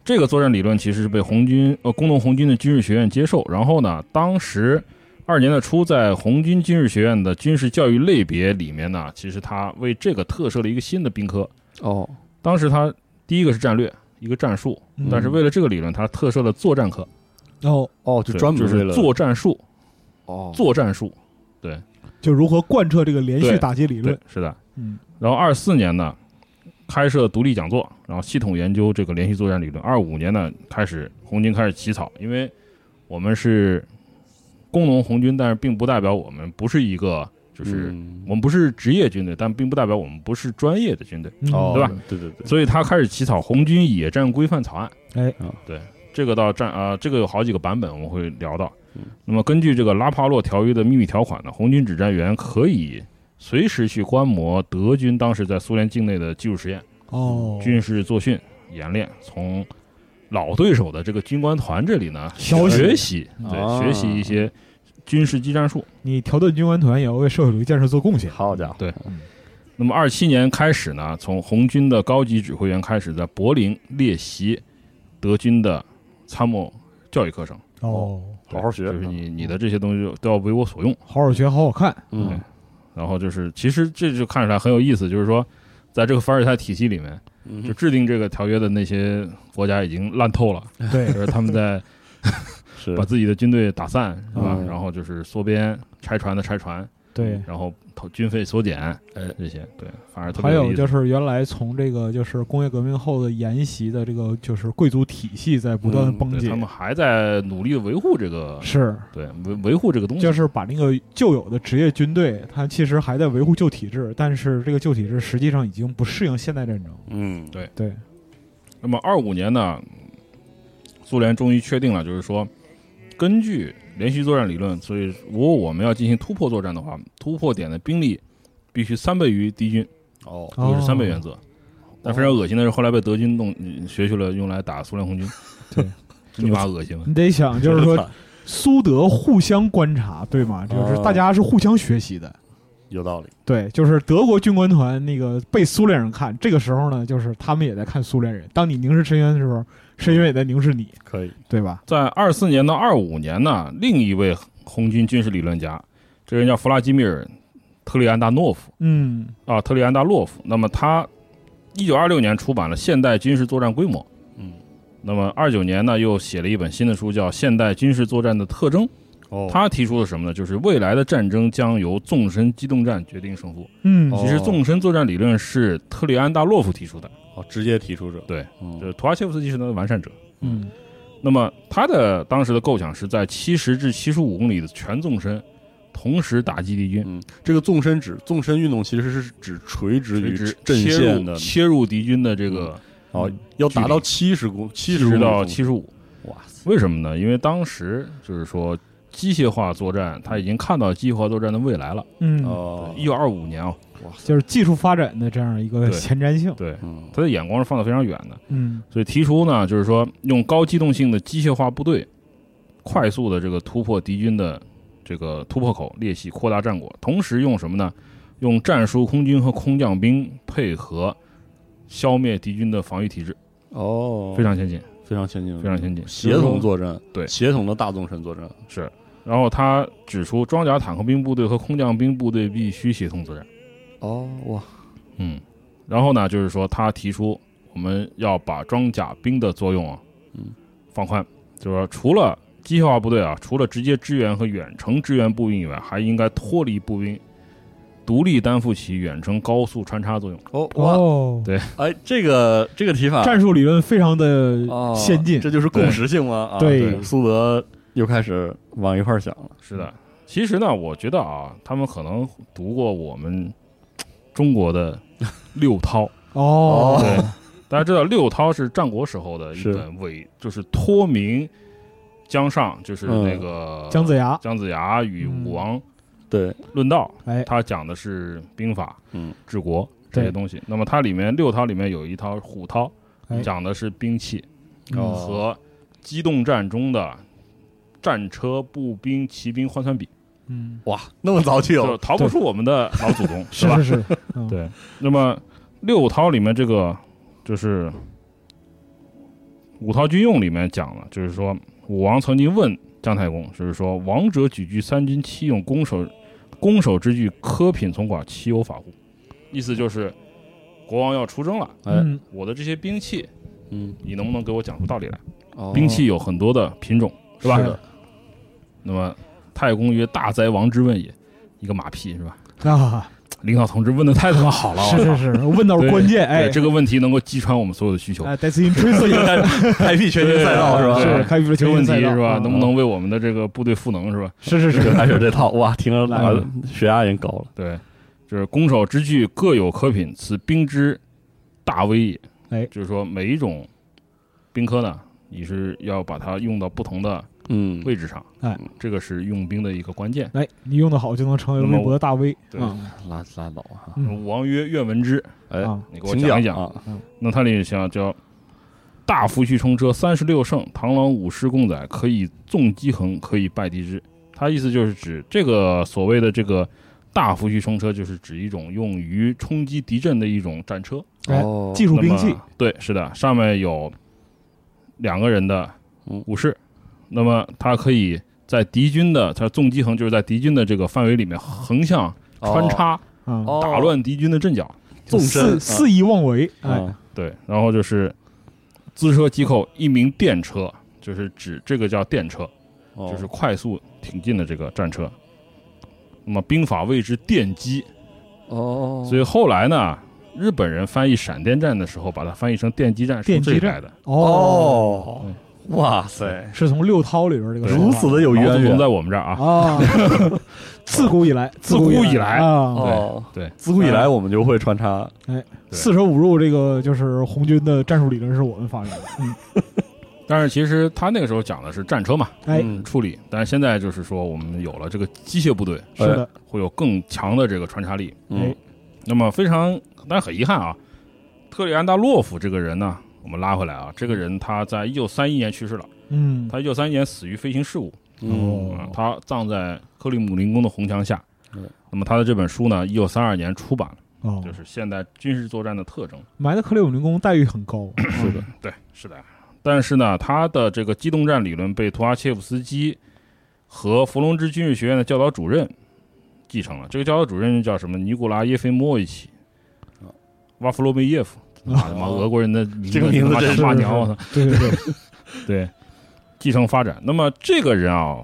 这个作战理论其实是被红军呃工农红军的军事学院接受，然后呢，当时二年的初在红军军事学院的军事教育类别里面呢，其实他为这个特设了一个新的兵科。
哦，
当时他第一个是战略，一个战术，
嗯
但是为了这个理论，他特设了作战科，
哦，
哦，就
对
专门
就
为
是
了
作战术，
哦
作战术，
就如何贯彻这个连续
对
打击理
对
论，，
是的。
嗯
然后二四年呢，开设独立讲座，然后系统研究这个连续作战理论。二五年呢，开始红军开始起草，因为我们是工农红军，但是并不代表我们不是一个就是、
嗯
我们不是职业军队，但并不代表我们不是专业的军队。
嗯
哦，
对吧？
对对对，
所以他开始起草红军野战规范草案。
哎
啊
对，这个到战啊、这个有好几个版本，我们会聊到
嗯。
那么根据这个拉帕洛条约的秘密条款呢，红军指战员可以随时去观摩德军当时在苏联境内的技术实验、
哦，
军事作训、演练，从老对手的这个军官团这里呢
学习
学习，对，
啊
学习一些军事技战术。
你条顿军官团也要为社会主义建设做贡献，
好家伙，
对那么二七年开始呢，从红军的高级指挥员开始在柏林列习德军的参谋教育课程，
哦，
好好学，
就是你你的这些东西都要为我所用。
好好学，好好看，
嗯，
然后就是，其实这就看出来很有意思，就是说，在这个凡尔赛体系里面，
嗯
就制定这个条约的那些国家已经烂透了，
对
就，是他们在
是
把自己的军队打散，是吧
嗯？
然后就是缩编、拆船的拆船，
对，
然后投军费缩减，
哎
这些对，反而特别
还有
意思
就是原来从这个就是工业革命后的沿袭的这个就是贵族体系在不断地
嗯
崩
对
解
他，们还在努力的维护这个，
是
对维维护这个东西，
就是把那个旧有的职业军队，它其实还在维护旧体制，但是这个旧体制实际上已经不适应现代战争。
嗯
对
对，
那么二五年呢，苏联终于确定了，就是说，根据连续作战理论，所以如果我们要进行突破作战的话，突破点的兵力必须三倍于敌军，
哦
这个是三倍原
则。
则。但非常恶心的是，后来被德军弄学去了，用来打苏联红军。
对，
你妈恶心了。
你得想，就是
*laughs*
说苏德互相观察，对吗？就是
啊
大家是互相学习的。
有道理，
对，就是德国军官团那个被苏联人看，这个时候呢，就是他们也在看苏联人。当你凝视深渊的时候，深渊也在凝视你，
可以，
对吧？
在二四年到二五年呢，另一位红军军事理论家，这个人叫弗拉基米尔·特里安达诺夫，
嗯，
啊，特里安达洛夫。那么他一九二六年出版了《现代军事作战规模》，
嗯，
那么二九年呢，又写了一本新的书，叫《现代军事作战的特征》。
哦，
他提出了什么呢？就是未来的战争将由纵深机动战决定胜负。
嗯
哦
其实纵深作战理论是特里安达洛夫提出的，
哦直接提出者，
对，
嗯
就是图阿切夫斯基是他的完善者。
嗯
那么他的当时的构想是在七十至七十五公里的全纵深，同时打击敌军，
嗯，这个纵深指纵深运动其实是指垂直于
直
阵
切
线
入
的，
切入敌军的这个
哦，要达到七十公七十
十到七十五。
哇塞，
为什么呢？因为当时就是说机械化作战，他已经看到机械化作战的未来了。
嗯，
哦，
一九二五年啊、
就是技术发展的这样一个
对
前瞻性。
对，
嗯
他的眼光是放得非常远的，
嗯
所以提出呢，就是说用高机动性的机械化部队，快速的这个突破敌军的这个突破口裂隙，扩大战果。同时用什么呢？用战术空军和空降兵配合，消灭敌军的防御体制，
哦，
非常先进，
非常先进，
非常先进，
协同作战，
对
协同的大纵深作战，
是。然后他指出，装甲坦克兵部队和空降兵部队必须协同作战。
哦哇，
嗯，然后呢，就是说他提出我们要把装甲兵的作用啊，
嗯，
放宽，就是说除了机械化部队啊，除了直接支援和远程支援步兵以外，还应该脱离步兵，独立担负起远程高速穿插作用。
哦哇，
哦，
哎，这个这个提法
战术理论非常的
哦
先进
这。就是共识性吗？啊，
对
苏德又开始往一块儿想了，
是的，其实呢，我觉得啊，他们可能读过我们中国的六韬，
哦，
对， *laughs* 大家知道六韬是战国时候的一
啊是
本伪，就是脱名姜尚，就是
嗯
那个
姜子牙，嗯
姜子牙与武王
对，
论道，
哎，
他讲的是兵法、
嗯，
治国这些
对
东西。那么它里面六韬里面有一韬虎韬
哎，
讲的是兵器
嗯
哦
和机动战中的战车、步兵、骑兵换算比，
嗯，
哇，那么早哦就
就
有，
逃不出我们的老祖
*laughs*
宗，
是
吧
是？是，嗯
对。那么六韬里面这个就是五韬军用里面讲了，就是说武王曾经问姜太公，就是说王者举居三军七用，攻守攻守之具，苛品从寡，其有法乎？意思就是国王要出征了，
哎，
嗯
我的这些兵器，
嗯，
你能不能给我讲出道理来？
哦
兵器有很多的品种，是吧？
是的
那么太公曰：“大哉王之问也。”一个马屁是吧？
啊，
领导同志问的太他妈好了，我
是
操
是是，问到了
对
关键，
对
哎，
这个问题能够击穿我们所有的需求。
哎，带刺
*laughs*
interest
开辟全
*laughs*
新赛道是吧？
对
是开辟了
这个问题是吧？能
能
不能为我们的这个部队赋能是吧？
啊是是，
*laughs*
*laughs*
就是开始这套，哇，听着
来
了
血压已经高了，
对，就是攻守之具，各有科品，此兵之大威也。
哎
就是说每一种兵科呢，你是要把它用到不同的
嗯，
位置上。
哎
这个是用兵的一个关键。
哎，你用的好就能成为微博的大 V
那么
啊
拉拉倒啊，
嗯
王曰：“愿闻之。
哎，
啊，
你给我
请
讲一讲。
啊，
那它里想叫大夫去冲车，三十六胜，螳螂五狮共载，可以纵击横，可以败敌之。它意思就是指这个所谓的这个大夫去冲车，就是指一种用于冲击敌阵的一种战车，
哎
哦
技术兵器
那么。对，是的，上面有两个人的
嗯
武士，那么它可以在敌军的它纵击横，就是在敌军的这个范围里面横向穿插，
啊，
哦
打乱敌军的阵脚。
就
纵深
肆肆意妄为，哎，
啊，
对，然后就是资车机构一名电车，就是指这个叫电车，
哦
就是快速挺进的这个战车。那么兵法谓之电击，
哦，
所以后来呢，日本人翻译闪电战的时候，把它翻译成电击战，是
电
从这里
击战
来的。
哦，
哦，哇塞，
是从六韬里边这个说法
如此的有
毛泽
渊
东
源
在我们这儿啊，
啊，
*laughs*
自古以来，
自古以
以
来
啊，哎
哦，
对，
自古以来我们就会穿插，
四舍五入，这个就是红军的战术理论是我们发明的，嗯，
但是其实他那个时候讲的是战车嘛，
哎，
嗯
处理，但是现在就是说我们有了这个机械部队，
呃
是的，
哎
会有更强的这个穿插力。
哎
嗯，
那么非常，但是很遗憾啊，特里安达洛夫这个人呢，我们拉回来啊，这个人他在一九三一年去世了，
嗯，
他一九三一年死于飞行事故，
哦
嗯
啊，他葬在克里姆林宫的红墙下
嗯。
那么他的这本书呢，一九三二年出版了，
哦
就，是《现代军事作战的特征》。
埋的克里姆林宫待遇很高，
*clears throat*
啊
是的，
对，是的。但是呢，他的这个机动战理论被图阿切夫斯基和伏龙芝军事学院的教导主任
*laughs*
继承了。这个教导主任叫什么？尼古拉耶菲莫维奇、瓦夫罗梅耶夫。啊，他妈俄国人的
哦这个名字真
骂
*laughs*
娘，我操！
对对对，
对，继承发展。那么这个人啊，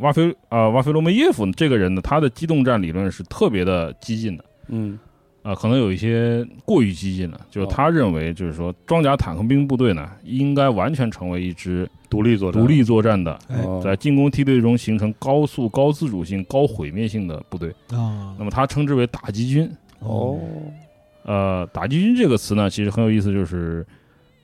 瓦菲啊、瓦菲罗梅耶夫呢这个人呢，他的机动战理论是特别的激进的
嗯
啊、可能有一些过于激进了。
哦
就是他认为，就是说装甲坦克兵部队呢，应该完全成为一支
独立作战，
独立作战的，
哎
哦
在进攻梯队中形成高速、高自主性、高毁灭性的部队。
啊
那，么他称之为打击军。
哦，
呃，打击军这个词呢，其实很有意思，就是。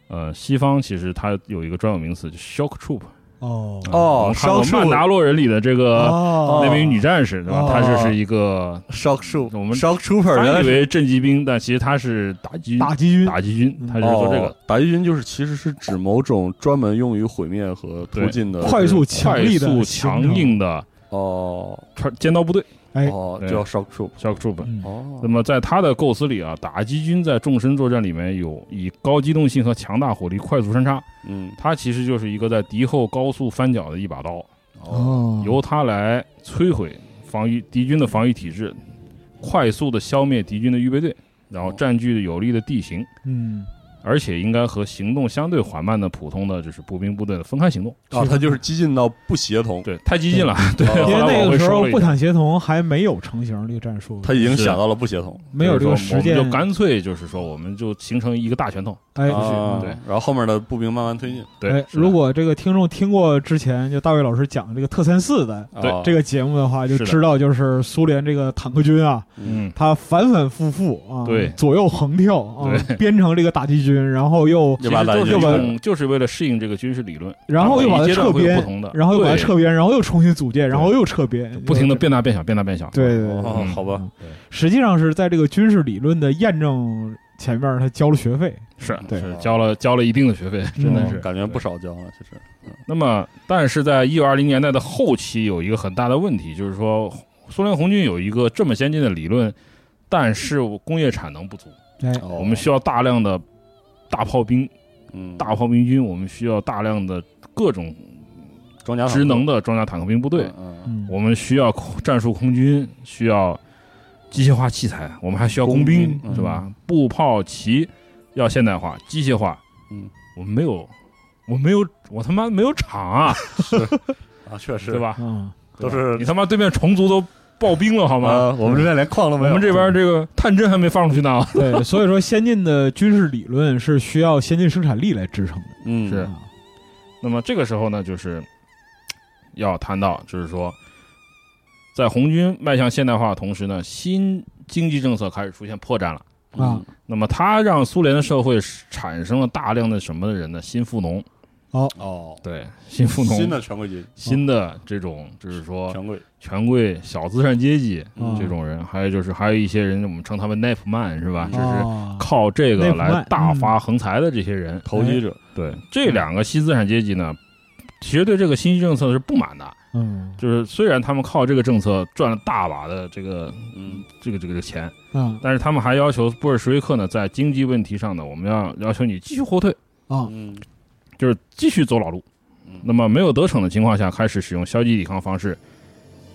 呃，西方其实它有一个专有名词，就 shock troop，呃
哦
哦
我们看
烧
过
树
曼达洛人里的这
呃
个
哦
那名女战士，对吧
哦？
她就是一个，
Shock Troop，
我们
Shock Trooper
她以
哦原来
为正击兵，但其实她是打击
打击军
打击军，
嗯
她是做这个
哦打击军就是其实是指某种专门用于毁灭和突进的
快速强
快
力的
速
形
强
成
硬的
哦
穿尖刀部队
哎
哦，
对
叫 Shock Troop
s h o c k Troop）。
嗯
哦
那，么在她的构思里啊，打击军在纵深作战里面有以高机动性和强大火力快速穿插，
嗯
它其实就是一个在敌后高速翻脚的一把刀，
哦
由它来摧毁防御敌军的防御体制，快速的消灭敌军的预备队，然后
哦
占据有利的地形。
嗯
而且应该和行动相对缓慢的普通的就是步兵部队的分开行动。
啊，他就是激进到不协同，
对，太激进了。对，
哦
后
因为
来
那
我
个
会
时
说
候
了一
不
下，
坦协同还没有成型这个战术，
他已经
是
想到了不协同，
没有这个
就是
实
说我
践
们，就干脆就是说，我们就形成一个大拳头。
哎，
啊
对，
然后后面的步兵慢慢推进，
对，
哎，
是的
如果这个听众听过之前就大卫老师讲这个特三四的
啊
对
这个节目的话，就是
的
知道就是苏联这个坦克军啊，
嗯
嗯，
它反反复复啊，
对
左右横跳啊，
对
编成这个打击军，然后又
其
就把
实
打
就
击
是
军
要把
用就是为了适应这个军事理论，
然后又把
每
它
一阶
撤
段会有不
编，
同的，
然后又把它
对
撤编，然后又重新组建，然后又撤编，
不停的变大变小，变大变小。
对。对对对，
哦
嗯
好吧，
实际上是在这个军事理论的验证前面，他交了学费，
是
对
是交了交了一定的学费，真的
嗯
是
感觉不
对
少交了，其实
那么，但是在一九二零年代的后期，有一个很大的问题，就是说，苏联红军有一个这么先进的理论，但是工业产能不足，
哎，
哦
我们需要大量的大炮兵、
嗯
大炮兵军，我们需要大量的各种
装甲坦克
职能的装甲坦克兵部队，
嗯嗯
嗯，
我们需要空战术空军，需要机械化器材，我们还需要
工
工兵，
兵
是吧？步炮骑要现代化、机械化，
嗯，
我们没有，我没有，我他妈没有
*laughs*
厂啊，
啊，确实
对吧？
嗯，
都是
你他妈对面虫族都暴兵了好吗？
啊，我嗯们这边连矿都
我
没有，
们这边这个探针还没放出去呢。
对， *laughs* 所以说先进的军事理论是需要先进生产力来支撑的。
嗯
是
啊
那么这个时候呢，就是要谈到，就是说，在红军迈向现代化的同时呢，新经济政策开始出现破绽了。
嗯
啊，
那么它让苏联的社会产生了大量的什么的人呢？新富农，
哦，
对，新富农，
新的权贵阶级，
新的这种哦就是说
权贵
权贵、小资产阶级
嗯
这种人，还有就是还有一些人，我们称他们 n e p man 是吧？
嗯
就
这
是
哦
靠这个
Nep
来
man，
大
嗯
发横财的这些人，
投机者，
对这两个新资产阶级呢，其实对这个新政策是不满的，
嗯
就是虽然他们靠这个政策赚了大把的这个
嗯
这个这个这个钱，
啊
但是他们还要求布尔什维克呢，在经济问题上呢，我们要要求你继续后退，
啊
嗯
就是继续走老路。那么没有得逞的情况下，开始使用消极抵抗方式，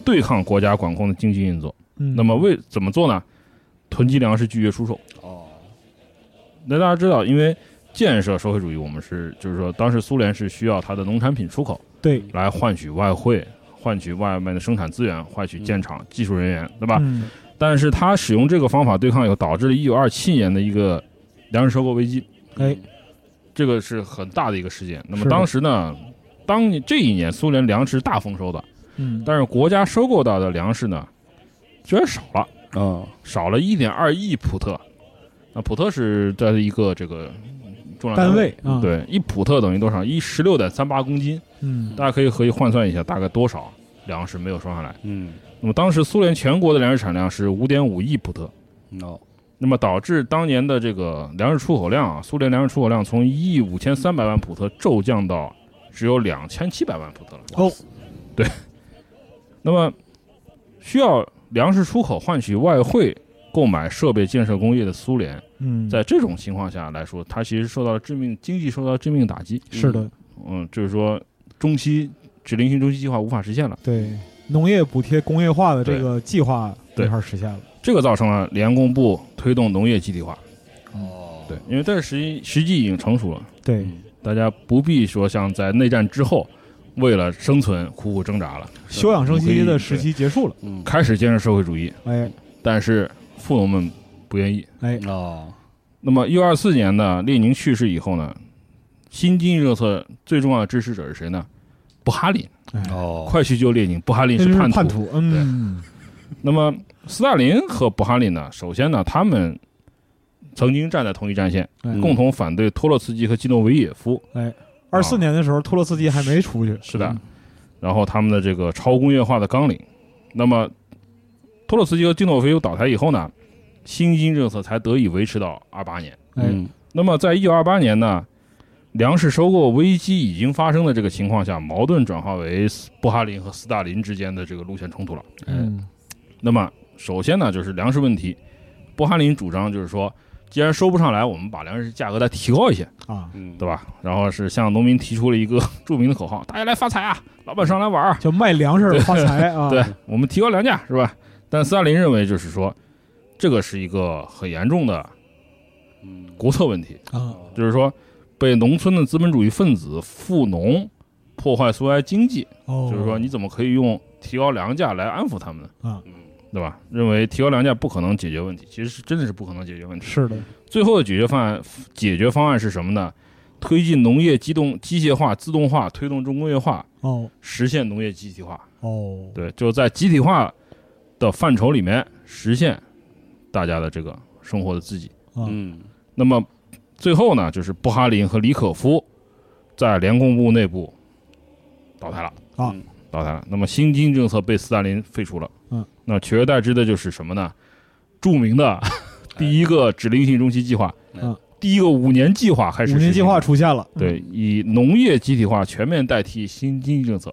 对抗国家管控的经济运作。
嗯，
那么为怎么做呢？囤积粮食，拒绝出售。
哦，
那大家知道，因为建设社会主义，我们是就是说，当时苏联是需要它的农产品出口。
对
来换取外汇，换取外面的生产资源，换取建厂、技术人员，对吧？
嗯
但是他使用这个方法对抗以后，导致了1927年的一个粮食收购危机，
哎
这个是很大的一个事件。那么
是的
当时呢，当你这一年苏联粮食大丰收的，
嗯，
但是国家收购到的粮食呢，居然少了，
啊
少了1.2亿普特。那普特是在一个这个重量
单
位
位，啊
对，一普特等于多少？一十六点三八公斤。
嗯
大家可以合计换算一下，大概多少粮食没有收上来。
嗯
那么当时苏联全国的粮食产量是五点五亿普特，
哦
那么导致当年的这个粮食出口量啊，苏联粮食出口量从一亿五千三百万普特骤降到只有两千七百万普特了。
哦
那么需要粮食出口换取外汇购买设备建设工业的苏联，
嗯，
在这种情况下来说，它其实受到了致命经济受到致命打击。
是的，
嗯，就是说中期指令性中期计划无法实现了。
对农业补贴工业化的这
对
个计划
对
没法实现了。
这个造成了联工部推动农业集体化，
哦，
对，因为但是时机时机已经成熟了，
对，
大家不必说像在内战之后为了生存苦苦挣扎了，
休养生息的时期结束了，
嗯
开始建设社会主义，
哎
但是富农们不愿意。
哎，
哦，
那么，一九二四年呢，列宁去世以后呢，新经济政策最重要的支持者是谁呢？布哈林，
哦，
快去救列宁！布哈林
这
是
是
叛
叛徒，嗯，
那么，斯大林和布哈林呢，首先呢，他们曾经站在同一战线，
嗯
哎
共同反对托洛茨基和基诺维也夫。
二四年的时候，托洛茨基还没出去，
是的，然后他们的这个超工业化的纲领。那么，托洛茨基和基诺维也夫倒台以后呢，新经济政策才得以维持到二八年。
哎，
嗯
那么，在一九二八年呢，粮食收购危机已经发生的这个情况下，矛盾转化为斯布哈林和斯大林之间的这个路线冲突了。哎
嗯，
那么，首先呢，就是粮食问题，布哈林主张就是说，既然收不上来，我们把粮食价格再提高一些，
啊，
嗯，
对吧？然后是向农民提出了一个著名的口号：“大家来发财啊，老板上来玩儿。
就卖粮食发财啊，
对，我们提高粮价，是吧？但斯大林认为，就是说，这个是一个很严重的
嗯
国策问题。
啊，
就是说，被农村的资本主义分子富农破坏苏维埃经济，
哦，
就是说，你怎么可以用提高粮价来安抚他们呢？
啊，
对吧？认为提高粮价不可能解决问题，其实是真的是不可能解决问题。
是的，
最后的解决方案，解决方案是什么呢？推进农业机动机械化、自动化，推动重工业化，
哦
实现农业集体化。
哦，
对，就在集体化的范畴里面实现大家的这个生活的自给。
嗯
那么最后呢，就是布哈林和李可夫在联共部内部倒台了
啊
嗯倒台了。那么新经济政策被斯大林废除了，
嗯，
那取而代之的就是什么呢？著名的 *laughs* 第一个指令性中期计划，
嗯，
第一个五年计划开始
五
实
年
行
计划出现了，
对，以农业集体化全面代替新经济政策，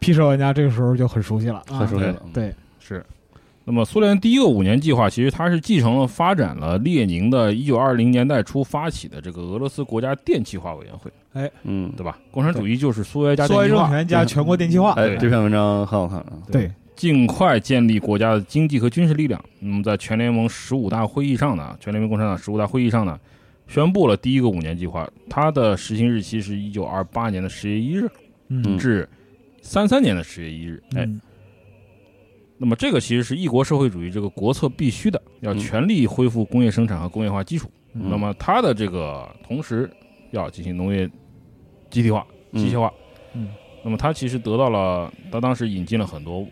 P 社玩家这个时候就很熟悉
啊
了，
很熟悉了，
嗯
对，
是。那么，苏联第一个五年计划其实它是继承了发展了列宁的1920年代初发起的这个俄罗斯国家电气化委员会，
嗯，
对吧？共产主义就是苏维埃加
苏维埃
电气
政
化，
权加全国电气化，
哎，
对
这篇文章很好看啊，
对，
尽快建立国家的经济和军事力量。那、么，在全联盟十五大会议上呢，全联盟共产党十五大会议上呢，宣布了第一个五年计划，它的实行日期是一九二八年的十月一日
嗯
至三三年的十月一日。哎，
嗯
那么这个其实是一国社会主义这个国策必须的，要
嗯
全力恢复工业生产和工业化基础。
嗯
那么它的这个同时要进行农业集体化、
嗯
机械化。
嗯，
那么它其实得到了，它当时引进了很多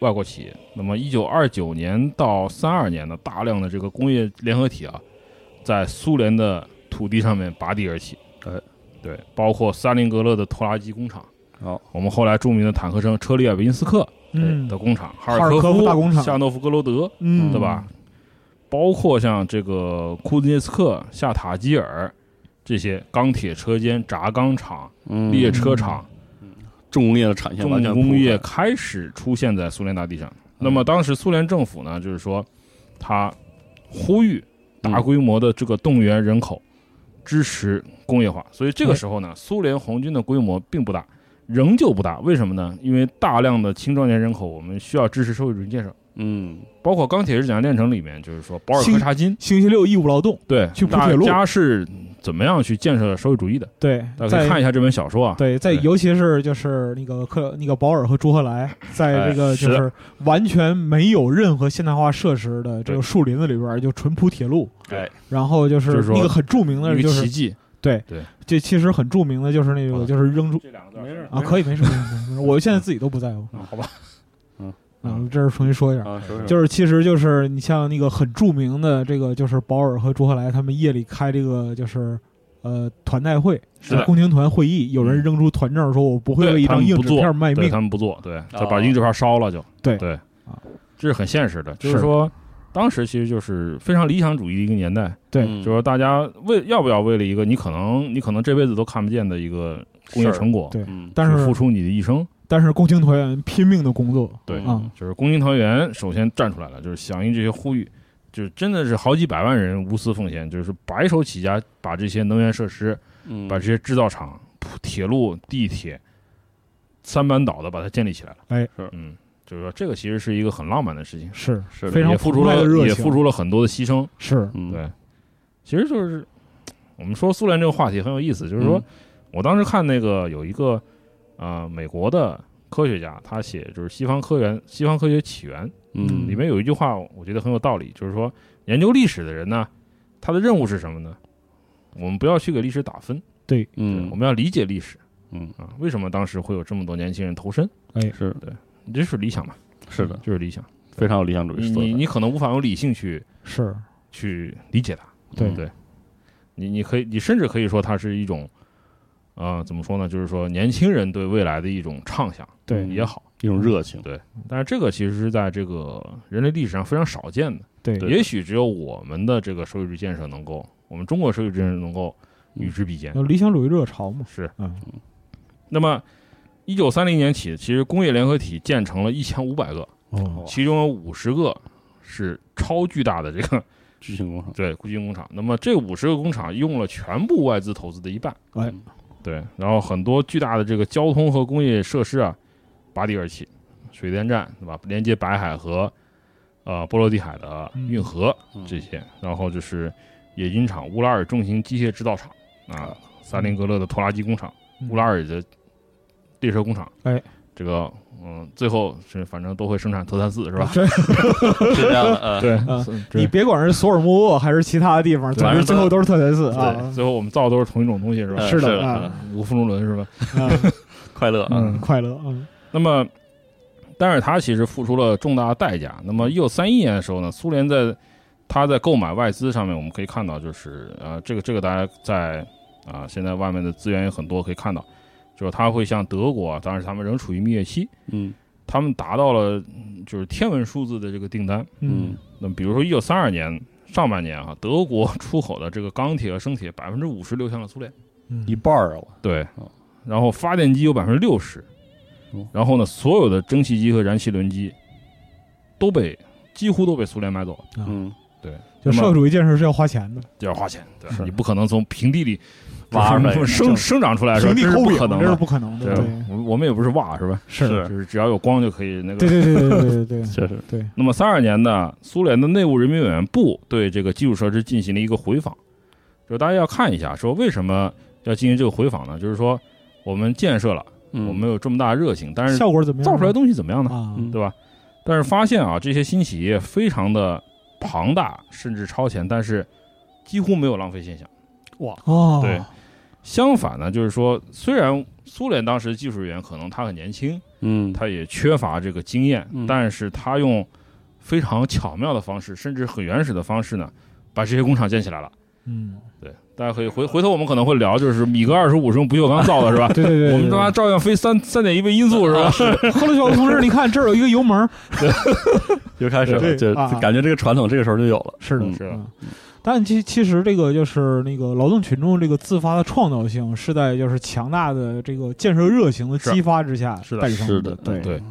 外国企业。那么一九二九年到三二年呢，大量的这个工业联合体啊，在苏联的土地上面拔地而起。
哎，
对，包括三林格勒的拖拉机工厂。
好，
我们后来著名的坦克车车利亚维金斯克
嗯
的工厂，哈
哈尔科夫
夫
大工厂
夏诺夫哥罗德，
嗯，
对吧？？包括像这个库兹涅茨克、下塔基尔这些钢铁车间、轧钢厂、
嗯，
列车厂、
重工业的产线完全
重工业
铺嗯
开始出现在苏联大地上。那么当时苏联政府呢，就是说，他呼吁大规模的这个动员人口，支持工业化。所以这
嗯
个时候呢，苏联红军的规模并不大，仍旧不大。为什么呢？因为大量的青壮年人口，我们需要支持社会主义建设。
开，嗯
包括钢铁日甲炼成里面，就是说保尔柯察金
星期六义务劳动，
对，
去铺
大
铁路
家是怎么样去建设社会主义的？
对，
大家可以看
在
一下这本小说啊。
对，在
对
尤其是就是那个克那个保尔和朱赫来，在这个
哎
就是是完全没有任何现代化设施的这个
对
树林子里边，就纯铺铁路，
哎，
然后就
就是是说
那个很著名的
一
就
个奇
是
迹，
对
对，
这其实很著名的就是那
好
个
的
就是扔出
这两个
字儿没事儿
啊，可以没事没事没事，我现在自己都不在乎
嗯好吧？嗯
啊，这是重新说一下。
啊，说说
就是其实就是你像那个很著名的这个就是保尔和朱赫来他们夜里开这个就是呃团代会，
是的嗯
共青团会议，有人扔出团证说我不会
对
为一
他
张
们
硬
不
纸
做
片卖
对
命
他，们不做，对，
哦
就把硬纸片烧了就。
对
对
啊，
这是很现实的，就是是说。当时其实就是非常理想主义的一个年代，
对
就
嗯
是说大家为要不要为了一个你可能你可能这辈子都看不见的一个工业
事儿
成果，
对
嗯，
但
去付
是
出你的一生，
但是共青团员拼命的工作，
对
啊，
就是工薪团员首先站出来了，就是响应这些呼吁，就是真的是好几百万人无私奉献，就是白手起家把这些能源设施、
嗯，
把这些制造厂、铺铁路、地铁三班倒的把它建立起来了。
哎，
是
嗯，就是说这个其实是一个很浪漫的事情，
是
是的
非常
也付出
澎湃的
了
热
也
情
付出了很多的牺牲。
是
嗯
对，其实就是我们说苏联这个话题很有意思，就是说、
嗯
我当时看那个有一个呃美国的科学家，他写就是西方科源西方科学起源
嗯
里面有一句话，我觉得很有道理，就是说研究历史的人呢，他的任务是什么呢？我们不要去给历史打分，我
嗯
们要理解历史
嗯，
啊。为什么当时会有这么多年轻人投身？
是
你这是理想嘛？
是的，
就是理想。
非常有理想主
你
义色
你
彩。
你可能无法用理性去
是
去理解它，
对
不
嗯
对？你你可以，你甚至可以说它是一种，呃，怎么说呢？就是说年轻人对未来的一种畅想
对
也好，
一种热情，
但是这个其实是在这个人类历史上非常少见的，
对
也许只有我们的这个社会主义建设能够，我们中国社会主义建设能够
嗯
与之比肩。
有理想主义热潮嘛？
是，
嗯，
那么。一九三零年起，其实工业联合体建成了一千五百个，
哦，
其中有五十个是超巨大的这个 *laughs*
巨型工厂。
对，固金工厂。那么这五十个工厂用了全部外资投资的一半，
哎，
嗯
对，然后很多巨大的这个交通和工业设施啊，拔地而起，水电站对吧？连接白海和呃波罗的海的运河、
嗯
这些，然后就是冶金厂、乌拉尔重型机械制造厂啊，萨林格勒的拖拉机工厂、
嗯
乌拉尔的列车工厂，
哎，
这个嗯，最后是反正都会生产特三四是吧？
这
是这样的，呃，
对
啊
是
*laughs* 你别管是索尔莫沃还是其他的地方，
对
总之最后都是特雷斯
对，
啊。
最后我们造的都是同一种东西是吧？
呃
是的
的，
啊
呃
无风中轮是吧？
啊
快乐啊，
嗯，快乐嗯
那么，但是他其实付出了重大的代价。那么，一九三一年的时候呢，苏联在他在购买外资上面，我们可以看到，就是呃，这个这个大家在啊、现在外面的资源也很多，可以看到，就是他会像德国啊，当然他们仍处于蜜月期，
嗯
他们达到了嗯就是天文数字的这个订单。
嗯，
那么，比如说一九三二年上半年啊，德国出口的这个钢铁和生铁百分之五十流向了苏联。
嗯
一半儿啊，我
对
哦，
然后发电机有百分之六十
哦，
然后呢，所有的蒸汽机和燃气轮机都被几乎都被苏联买走了，
嗯，
就社会主义建设是要花钱的，
就要花钱，对吧
是
你不可能从平地里
挖出来
就是生生长出来，是吧
平地
啊这是
抠
不
饼
可能
这是
的。
不可能的，
对
对，，
我我们也不是哇，是吧？
是，
就是只要有光就可以那
对对
个。
对对对对对
确实，
对，
那么三二年呢，苏联的内务人民委员部对这个基础设施进行了一个回访，就是大家要看一下，说为什么要进行这个回访呢？就是说我们建设了，
嗯
我们有这么大热情， *laughs* 但是
效果怎么样
造
呢？
出来的东西怎么样呢？
啊，
嗯
对吧？但是发现啊，这些新企业非常的庞大，甚至超前，但是几乎没有浪费现象。
哦，
对相反呢，就是说，虽然苏联当时技术人员可能他很年轻，
嗯，
他也缺乏这个经验，
嗯
但是他用非常巧妙的方式，甚至很原始的方式呢，把这些工厂建起来了。
嗯，
对，大家可以回回头我们可能会聊，就是米格二十五是用不锈钢造的，是吧？
对对对，
我们
对
他 *laughs* 妈照样飞三三点一倍音速，是吧？
赫鲁晓夫同志，你看这儿有一个油门儿，
又开始了，
对
就
啊啊
感觉这个传统这个时候就有了，
是
嗯
是的
嗯但其其实这个就是那个劳动群众这个自发的创造性是在就是强大的这个建设热情的
是
激发之下
是的
带上
是
的
的，，
对
对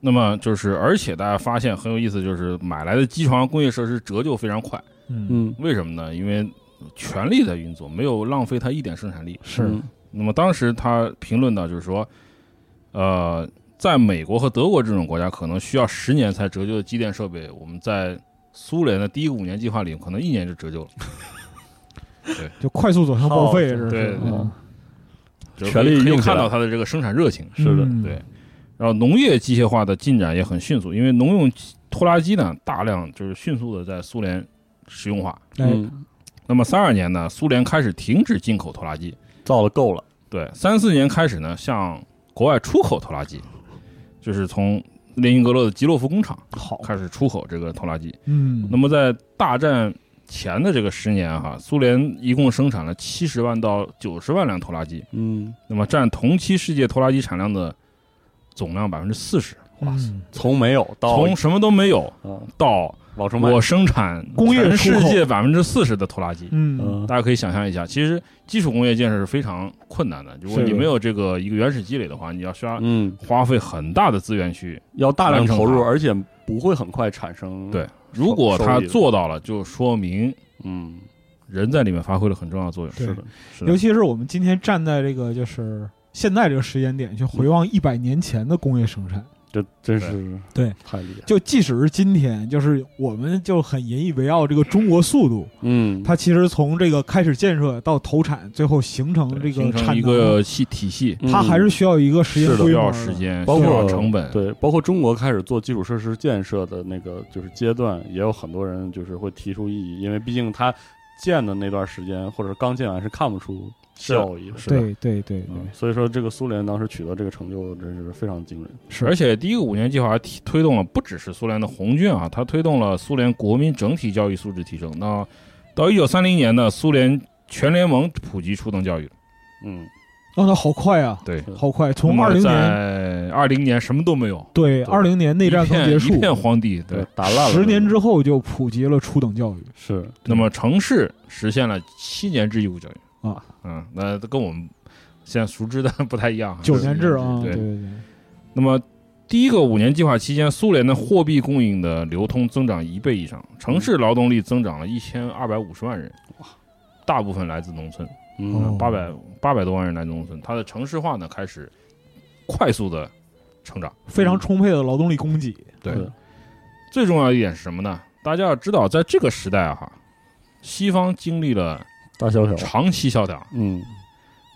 那么就是，而且大家发现很有意思，就是买来的机床工业设施折旧非常快，
嗯
嗯，
为什么呢？因为全力在运作，没有浪费它一点生产力。
是
嗯
那么当时他评论到，就是说，呃，在美国和德国这种国家，可能需要十年才折旧的机电设备，我们在苏联的第一个五年计划里，可能一年就折旧了。
就快速走向报废，
好
这是
对对对
嗯
就是
全力
可以
用起来
看到它的这个生产热情。
是的
嗯
对然后农业机械化的进展也很迅速，因为农用拖拉机呢，大量就是迅速的在苏联实用化。
哎，
嗯，
那么三二年呢，苏联开始停止进口拖拉机。
造的够了，
对，三四年开始呢，向国外出口拖拉机，就是从列宁格勒的吉洛夫工厂
好，
开始出口这个拖拉机。
嗯，
那么在大战前的这个十年哈，苏联一共生产了七十万到九十万辆拖拉机，
嗯，
那么占同期世界拖拉机产量的总量百分之四十。
哇塞，
从没有到
哦
从什么都没有
啊
到
往出卖，
我生产
工业
全
出口
世界百分之四十的拖拉机，
嗯，
嗯
大家可以想象一下，其实基础工业建设是非常困难的。如果
是
你没有这个一个原始积累的话，你要需要
嗯，
花费很大的资源去。
要大量投
完成
入，
它
而且不会很快产生，
对，如果
收
他
益的
做到了，就说明
嗯，
人在里面发挥了很重要的作用。
对
是的，
是
尤
的，
其是我们今天站在这个就是现在这个时间点去回望一百年前的工业生产，
这真是
对
太厉害了。
就即使是今天，就是我们就很引以为傲这个中国速度，
嗯，
它其实从这个开始建设到投产，最后形成这
形成
产
一
能，
个系体系，
它还是需要一个时间
是的
需
规啊
要
模
时
的。
间，
包
需
括
要成本，
对，包括中国开始做基础设施建设的那个就是阶段，也有很多人就是会提出异议，因为毕竟它建的那段时间或者刚建完是看不出效益的，
是的
对对对对
嗯，所以说这个苏联当时取得这个成就真是非常惊人。
是，而且第一个五年计划还提推动了不只是苏联的红军啊，它推动了苏联国民整体教育素质提升。那到一九三零年呢，苏联全联盟普及初等教育。
嗯，
哦，那好快啊，
对，
是
好快，从
那
二
么
零年
在二零年什么都没有，
对二零年内战
一
刚
片
结束嗯
一，片荒地。对，，
打烂了。
十年之后就普及了初等教育
是
那么城市实现了七年制义务教育。
啊，
嗯，那跟我们现在熟知的不太一样啊。
九年制啊，
对
对对对，
那么第一个五年计划期间，苏联的货币供应的流通增长一倍以上，城市劳动力增长了一千二百五十万人，大部分来自农村，
嗯
哦
八百八百多万人来自农村，它的城市化呢开始快速的成长。
非常充沛的劳动力供给，
对
是
最重要一点是什么呢？大家要知道，在这个时代啊，哈，西方经历了
大萧条。
长期萧条，
嗯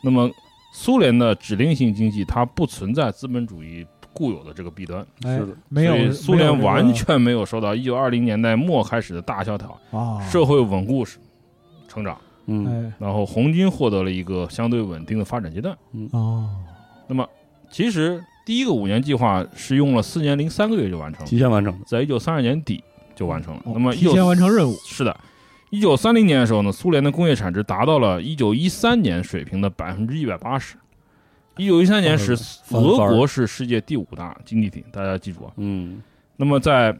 那么苏联的指令性经济它不存在资本主义固有的这个弊端。
哎
是的，
没
所以
有
苏联完全没有受到一九二零年代末开始的大萧条，
啊，
社会稳固成长，
嗯
哎
然后红军获得了一个相对稳定的发展阶段。
哦，
其实第一个五年计划是用了四年零三个月就完成了，
提前完成的。
在一九三二年底就完成了。
哦
那么
提前完成任务，
是的。一九三零年的时候呢，苏联的工业产值达到了一九一三年水平的百分之一百八十。一九一三年时，
嗯 *laughs* 翻番
俄
儿
国是世界第五大经济体，大家记住啊。
嗯
那么，在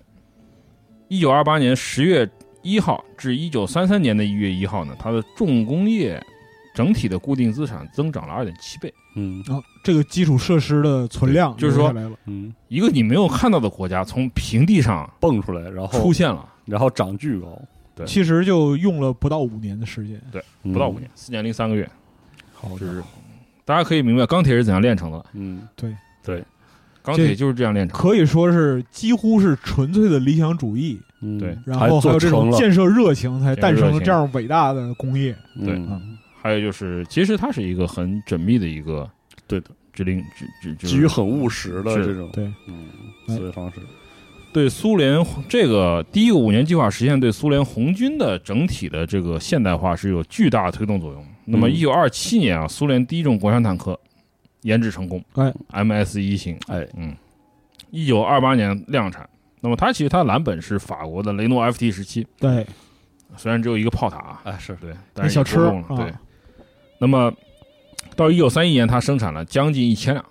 一九二八年十月一号至一九三三年的一月一号呢，它的重工业整体的固定资产增长了二点七倍。
嗯
啊，这个基础设施的存量
就是说
留下来了
嗯，
一个你没有看到的国家，从平地上
蹦出来，然后
出现了，
然后长巨高，
对
其实就用了不到五年的时间，
嗯
不到五。年，四年零三个月，
好
就是大家可以明白钢铁是怎样炼成的。
嗯，
钢铁
这
就是这样炼成的。
可以说是几乎是纯粹的理想主义，
嗯
对
然后还
做
有这
成
种
了。
建设热情，才诞生
建设
了
热情
这样伟大的工业。
对
嗯
还有就是，其实它是一个很缜密的一个
对的，
指令指指指
基于很务实的
是
这种
对，
嗯
哎
思维方式。
对苏联这个第一个五年计划实现对苏联红军的整体的这个现代化是有巨大的推动作用。那么，
嗯
一九二七年啊，苏联第一种国产坦克研制成功，
哎
，MS 一型，
哎，
嗯，一九二八年量产。那么它其实它蓝本是法国的雷诺 FT 十七，
对，
虽然只有一个炮塔啊，
哎是，
对，
那
但是
小
也
车
够用了
啊
对。那么到一九三一年，它生产了将近一千辆，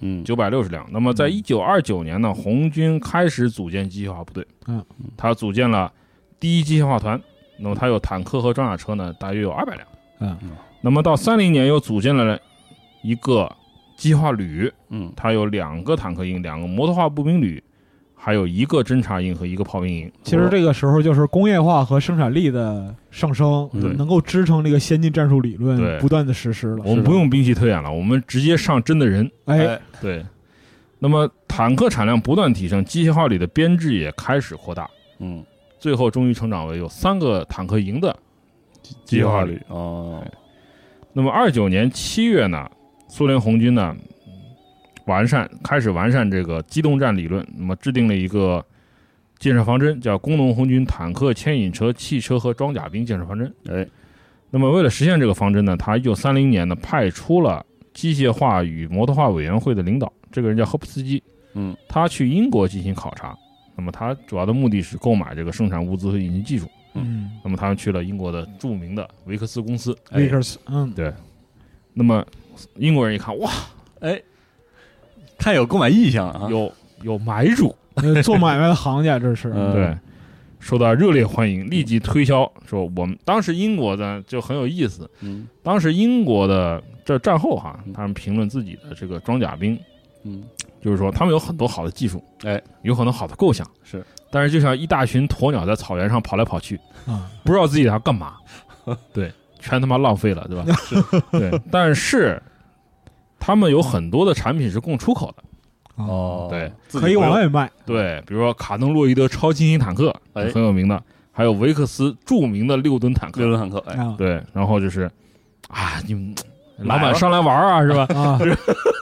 嗯，
九百六十辆。那么，在
嗯
一九二九年呢，红军开始组建机械化部队，
嗯，
他组建了第一机械化团，那么他有坦克和装甲车呢，大约有二百辆，
嗯
嗯
那么到三零年又组建了一个机械化旅，
嗯
它有两个坦克营、两个摩托化步兵旅，还有一个侦察营和一个炮兵营。
其实这个时候就是工业化和生产力的上升，
对
能够支撑这个先进战术理
嗯对
论不断的实施了。
我们不用兵器推演了，我们直接上真的人。
哎，
对，那么坦克产量不断提升，机械化旅的编制也开始扩大。
嗯，
最后终于成长为有三个坦克营的
计
计
划
划
里。哦，
那么二九年七月呢，苏联红军呢完善开始完善这个机动战理论，那么制定了一个建设方针，叫工农红军坦克、牵引车、汽车和装甲兵建设方针。
哎，
那么为了实现这个方针呢，他一九三零年呢派出了机械化与摩托化委员会的领导，这个人叫赫普斯基，
嗯，
他去英国进行考察。那么他主要的目的是购买这个生产物资和引进技术。
嗯
那么他们去了英国的著名的维克斯公司。
哎
，Lakers，嗯，
那么英国人一看， *laughs* 哇，
哎，太有购买意向啊！
有有买主，
呃做买卖的行家这是，
嗯
对，受到热烈欢迎，立即推销说我们当时英国的就很有意思，
嗯
当时英国的这战后哈
嗯，
他们评论自己的这个装甲兵，
嗯，
就是说他们有很多好的技术，
哎，
有很多好的构想，
是，
但是就像一大群鸵鸟在草原上跑来跑去，
啊，
不知道自己要
*laughs*
干嘛，对，全他妈浪费了， *laughs* 对吧？对，但是他们有很多的产品是供出口的，
哦，
对，
自己
可以
不
往
用
外卖，
对，比如说卡登洛伊德超新型坦克，
哎
很有名的，还有维克斯著名的六吨坦
六
克，
轮坦克，哎，
啊
对，然后就是啊，你们
买
老板
吧
上来玩啊，是吧？
啊，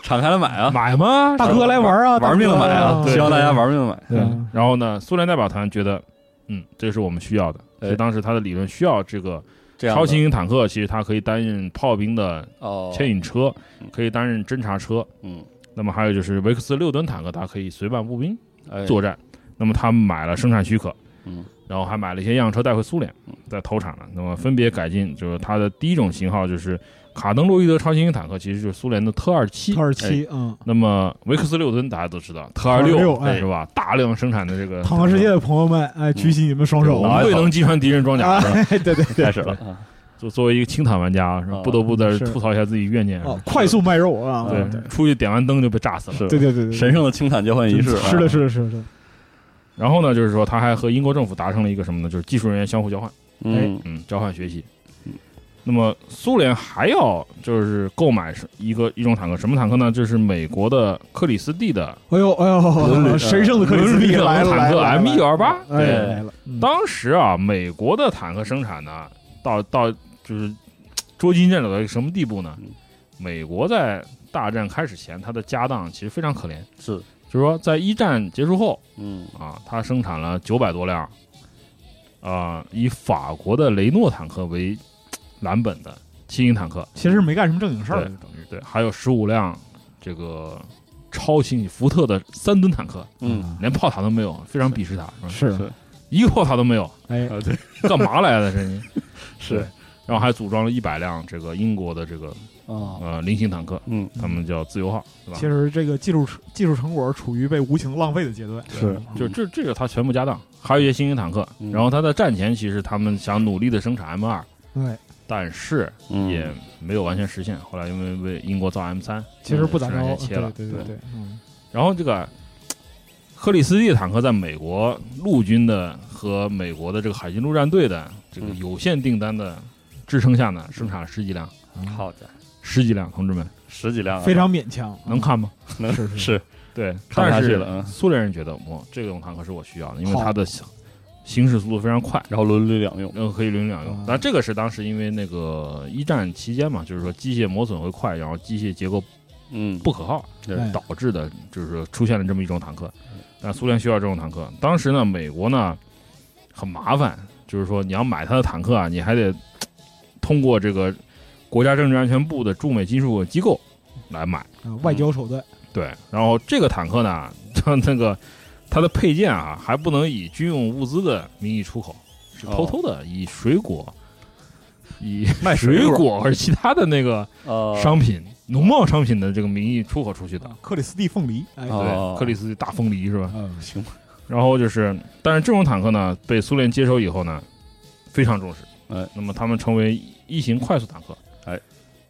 敞开了买啊，
买吗？
大哥来玩啊，大
玩
哥
命买啊，
对
希望大家玩命买。
对
嗯，
然后呢，苏联代表团觉得，嗯，这是我们需要的，
哎
所以当时他的理论需要这个
这样的
超新型坦克，其实它可以担任炮兵的
哦，
牵引车
嗯，
可以担任侦察车。
嗯，
那么还有就是维克斯六吨坦克，它可以随伴步兵
哎
作战。那么他们买了生产许可，
嗯，
然后还买了一些样车带回苏联，再投产了。那么分别改进，就是它的第一种型号就是卡登洛伊德超新型坦克，其实就是苏联的特二七
土。耳其，嗯，
那么维克斯六吨大家都知道，特
二
二
六哎
是吧？大量生产的这个
躺世界的朋友们，哎，举起你们双手
我
啊
们！未能击穿敌人装甲。是吧
哎， *laughs* 对对对，
开始了啊，
作作为一个清坦玩家，是吧
啊
不得不在这
是
吐槽一下自己怨念。
哦，快速卖肉啊！
对
对，出去点完灯就被炸死了。
是
对对对对，
神圣的清坦交换仪式啊，
是的，是的，是的是的，
然后呢，就是说他还和英国政府达成了一个什么呢？就是技术人员相互交换，
嗯，
嗯，交换学习
嗯。
那么苏联还要就是购买是一个一种坦克，什么坦克呢？就是美国的克里斯蒂的
哎呦哎 *laughs*
伦
呦，
理
神圣的克里斯
伦理
蒂
的
来了，
坦
来
克
了
M 1 2 8
来了
对
哎来了，嗯
当时啊，美国的坦克生产呢，到到就是捉襟见肘到一个什么地步呢
嗯？
美国在大战开始前，它的家当其实非常可怜，
是，
就是说在一战结束后
嗯，
啊，它生产了九百多辆，啊、以法国的雷诺坦克为蓝本的新型坦克，
其实没干什么正经事
对
儿，
对，还有十五辆这个超新型福特的三吨坦克，
嗯，
连炮塔都没有，非常鄙视它，是
是
吧
是 *laughs*
一个炮塔都没有，
哎，
啊，对，
干嘛来的？这是。
*laughs* 是
对，然后还组装了一百辆这个英国的这个
啊，
呃菱形坦克，
嗯，
他们叫自由号，是吧
其？实这个技术技术成果处于被无情浪费的阶段，
是，
就这这个它全部家当，还有一些新型坦克。
嗯
然后它在战前其实他们想努力的生产 M 二，
对，
但是
嗯
也没有完全实现。后来因为为英国造 M 三，
其实不咋
生产
着，
线切了
对。对对对，嗯
然后这个克里斯蒂坦克在美国陆军的和美国的这个海军陆战队的这个
嗯
有限订单的支撑下呢，生产了十几辆，
嗯好家伙，
十几辆，同志们
十几辆啊，
非常勉强，
能看吗？
能
是是
是，
对，
看不下
但
去
是
了嗯
苏联人觉得，哇，这种坦克是我需要的，因为
好
它的行行驶速度非常快，
然后轮流两用，
然后可以轮两
啊
用。但这个是当时因为那个一战期间嘛，就是说机械磨损会快，然后机械结构
嗯，
不可靠
对
哎
导致的，就是说出现了这么一种坦克。但苏联需要这种坦克，当时呢，美国呢很麻烦，就是说你要买它的坦克啊，你还得嘖通过这个国家政治安全部的驻美技术机构来买。
啊外交手段，
对，然后这个坦克呢，它那个它的配件啊，还不能以军用物资的名义出口，是
哦
偷偷的以水果、以
卖水
水
果
果或者其他的那个
呃，
商品、农贸商品的这个名义出口出去的
啊。克里斯蒂凤梨，哎，
哦
对，克里斯蒂大凤梨是吧？
嗯
行，
然后就是，但是这种坦克呢，被苏联接收以后呢，非常重视。
哎，
那么他们成为一型快速坦克。
哎，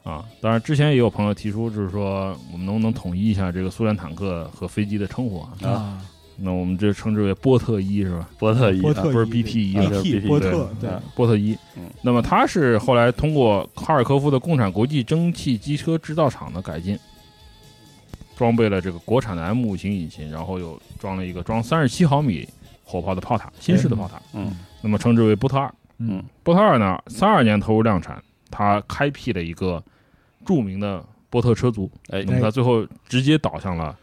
啊，当然之前也有朋友提出，就是说我们能不能统一一下这个苏联坦克和飞机的称呼啊？
啊，
那我们这称之为波特一是吧？
波特一，啊
波特
不是 E
一
BT 一
对
啊是
BT
BT
波
对
特，对
啊
波特一。
嗯
那么它是后来通过哈尔科夫的共产国际蒸汽机车制造厂的改进，装备了这个国产的 M 五型引擎，然后又装了一个装三十七毫米火炮的炮塔，新式的炮塔，
嗯，
那么称之为波特二。
嗯，
波特二呢，三二年投入量产，它开辟了一个著名的波特车族，
哎，
那么它最后直接倒向了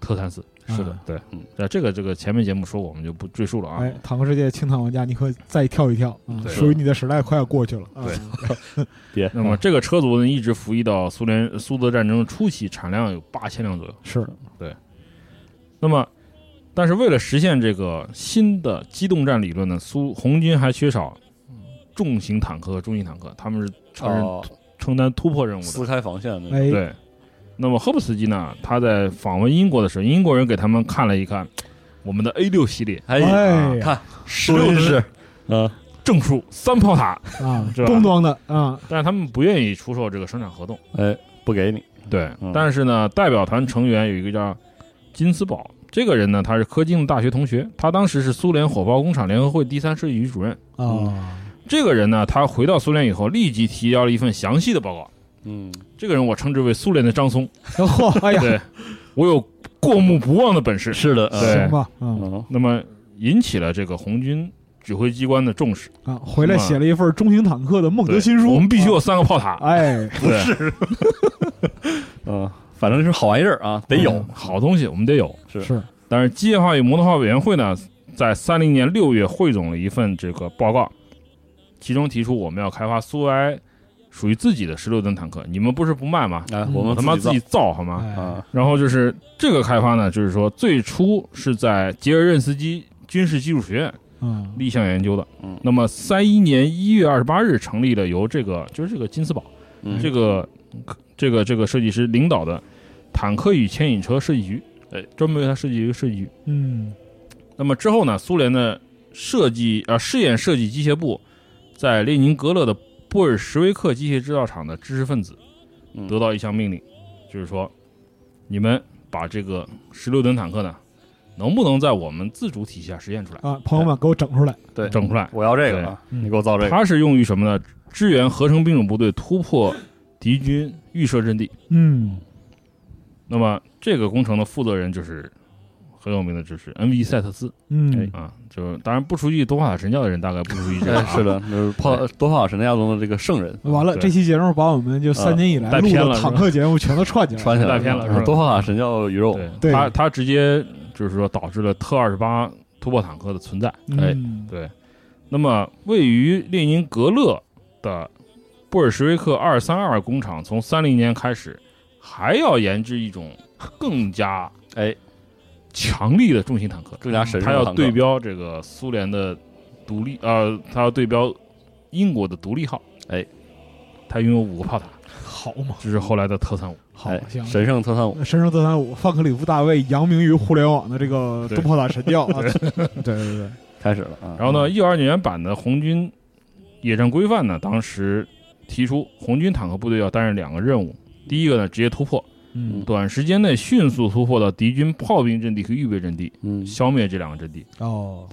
特三四。
是的，
对
嗯，
那这个这个前面节目说过我们就不赘述了啊。
哎，坦克世界清坦玩家，你可再跳一跳，啊
对
属于你的时代快要过去了，啊
嗯对嗯
别，啊
那么这个车族呢，一直服役到苏联苏德战争初期，产量有八千辆左右。
是
那么，但是为了实现这个新的机动战理论呢，苏红军还缺少重型坦克和中型坦克，他们是承认、
哦，
承担突破任务
撕
的。
开防线的那个，
哎，
嗯对。那么赫布斯基呢，他在访问英国的时候，英国人给他们看了一看我们的 A 六系列，
哎
哎
啊
呀
看
十六
真是
吨
啊，
正数三炮塔，
啊，
是吧
咣咣的啊，
但是他们不愿意出售这个生产合同。
哎，不给你，
对，
嗯
但是呢，代表团成员有一个叫金斯堡，这个人呢，他是科技大学同学，他当时是苏联火炮工厂联合会第三设计局主任。嗯
啊，
这个人呢，他回到苏联以后，立即提交了一份详细的报告。
嗯，
这个人我称之为苏联的张松，
哦 *laughs* 嚯，哎呀，
对我有过目不忘的本事。
是的，啊
对
行吧，嗯
嗯，
那么引起了这个红军指挥机关的重视。
啊，回来写了一份中型坦克的孟德
对
新书，啊
我们必须 *laughs* 有啊三个炮塔。
哎，
不是
嗯，反正是好玩意儿啊，得有。
嗯好东西，我们得有。
是
是
但是机械化与摩托化委员会呢，在三零年六月汇总了一份这个报告，其中提出我们要开发苏维埃属于自己的十六吨坦克。你们不是不卖吗？
哎，
嗯
我
我
们
他妈
自
自
己
己造好吗？
哎
造啊，
然后就是这个开发呢，就是说最初是在捷尔任斯基军事技术学院
嗯，
立项研究的。
嗯
那么三一年一月二十八日成立了由这个就是这个金斯堡
嗯
这个这个这个设计师领导的坦克与牵引车设计局，
哎，
专门为他设计一个设计局。
嗯，
那么之后呢，苏联的设计呃试验设计机械部，在列宁格勒的布尔什维克机械制造厂的知识分子
嗯
得到一项命令，就是说，你们把这个十六吨坦克呢，能不能在我们自主体系下实现出来，
啊，朋友们给我整出来，
嗯对，
整出来？
我要这个啊，
对
你给我造这个。
它是用于什么呢？支援合成兵种部队突破敌军预设阵地。
嗯，
那么这个工程的负责人就是很有名的，就是 N.V. 塞特斯
嗯，
啊，就是当然不熟悉多瓦塔神教的人大概不熟悉这个、
哎
啊，
*laughs* 是
*laughs*
的，就是炮多好神的亚龙的这个圣人
完了，
对嗯
这期节目把我们就三年以
啊
来
带
录
偏了
的坦克节目全都串起来，
穿起来
带偏了是吧
多好神教鱼肉，
对
他他直接就是说导致了特二十八突破坦克的存在。
哎
嗯，
对，那么位于列宁格勒的布尔什维克二三二工厂，从三零年开始还要研制一种更加
哎，
强力的重型坦克，
更加神圣
它
的
要
坦克
对标这个苏联的独立，呃，它要对标英国的独立号。
哎，
它拥有五个炮塔，
好嘛，
这是后来的特三五。
好
哎，
行。
神圣特三五，
神圣德三五，范克里夫大卫扬名于互联网的这个
对
东炮塔神教啊！对 *laughs* 对对，
开始了啊。
然后呢，一九二九年版的红军野战规范呢，当时提出红军坦克部队要担任两个任务，第一个呢，直接突破，
嗯
短时间内迅速突破到敌军炮兵阵地和预备阵地，
嗯，
消灭这两个阵地，
哦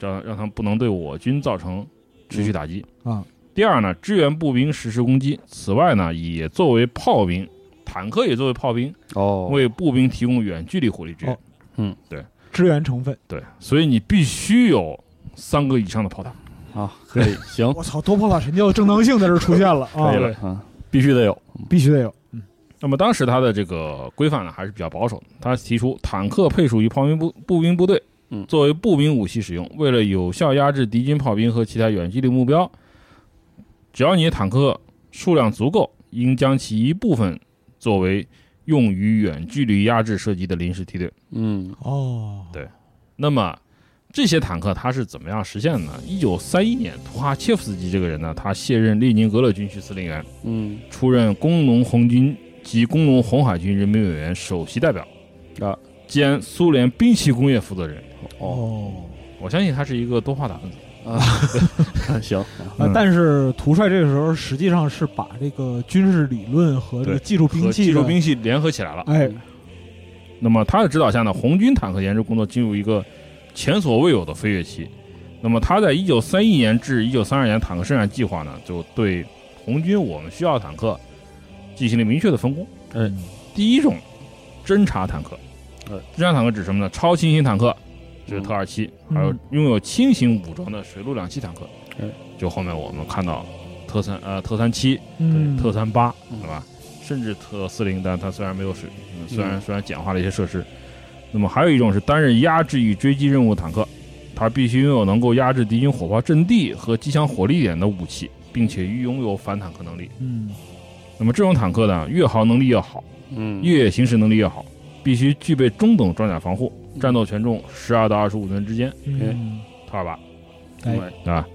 让让他们不能对我军造成持续打击。
嗯啊
第二呢，支援步兵实施攻击。此外呢，也作为炮兵，坦克也作为炮兵，
哦，
为步兵提供远距离火力支援。
哦支援成分，
对，所以你必须有三个以上的炮塔。
啊，可以，行，
我操，多炮塔神教的正当性在这儿出现
*laughs*
了啊
可以！了啊，必须得有，
必须得有，
那么当时他的这个规范呢还是比较保守的，他提出坦克配属于炮兵部步兵部队
嗯，
作为步兵武器使用，为了有效压制敌军炮兵和其他远距离目标，只要你的坦克数量足够，应将其一部分作为用于远距离压制射击的临时梯队。
嗯
哦，
对那么这些坦克它是怎么样实现的呢？一九三一年，图哈切夫斯基这个人呢，他卸任列宁格勒军区司令员，
嗯
出任工农红军及工农红海军人民委员首席代表
啊，
兼苏联兵器工业负责人。
哦
哦，
我相信他是一个多话打分子。
啊， *laughs* 行啊
啊
嗯，
但是图帅这个时候实际上是把这个军事理论和这个
对
技术兵
和
器
技术
的，
兵器联合起来了。
哎，
那么他的指导下呢，红军坦克研制工作进入一个前所未有的飞跃期。那么他在一九三一年至一九三二年坦克生产计划呢，就对红军我们需要的坦克进行了明确的分工。
哎
第一种，侦察坦克
哎。
侦察坦克指什么呢？超新型坦克，就是特二七，
嗯
还有拥有轻型武装的水陆两栖坦克
哎，
就后面我们看到特三呃特三七，
嗯，
特三八，
嗯
对吧？甚至特四零，但它虽然没有水，嗯虽
嗯
然虽然简化了一些设施。那么还有一种是担任压制与追击任务的坦克，它必须拥有能够压制敌军火炮阵地和机枪火力点的武器，并且拥有反坦克能力。
嗯，
那么这种坦克呢，越壕能力越好，
嗯
越行驶能力越好，必须具备中等装甲防护，战斗权重十二到二十五吨之间，
嗯，
特二八，
哎，
对吧？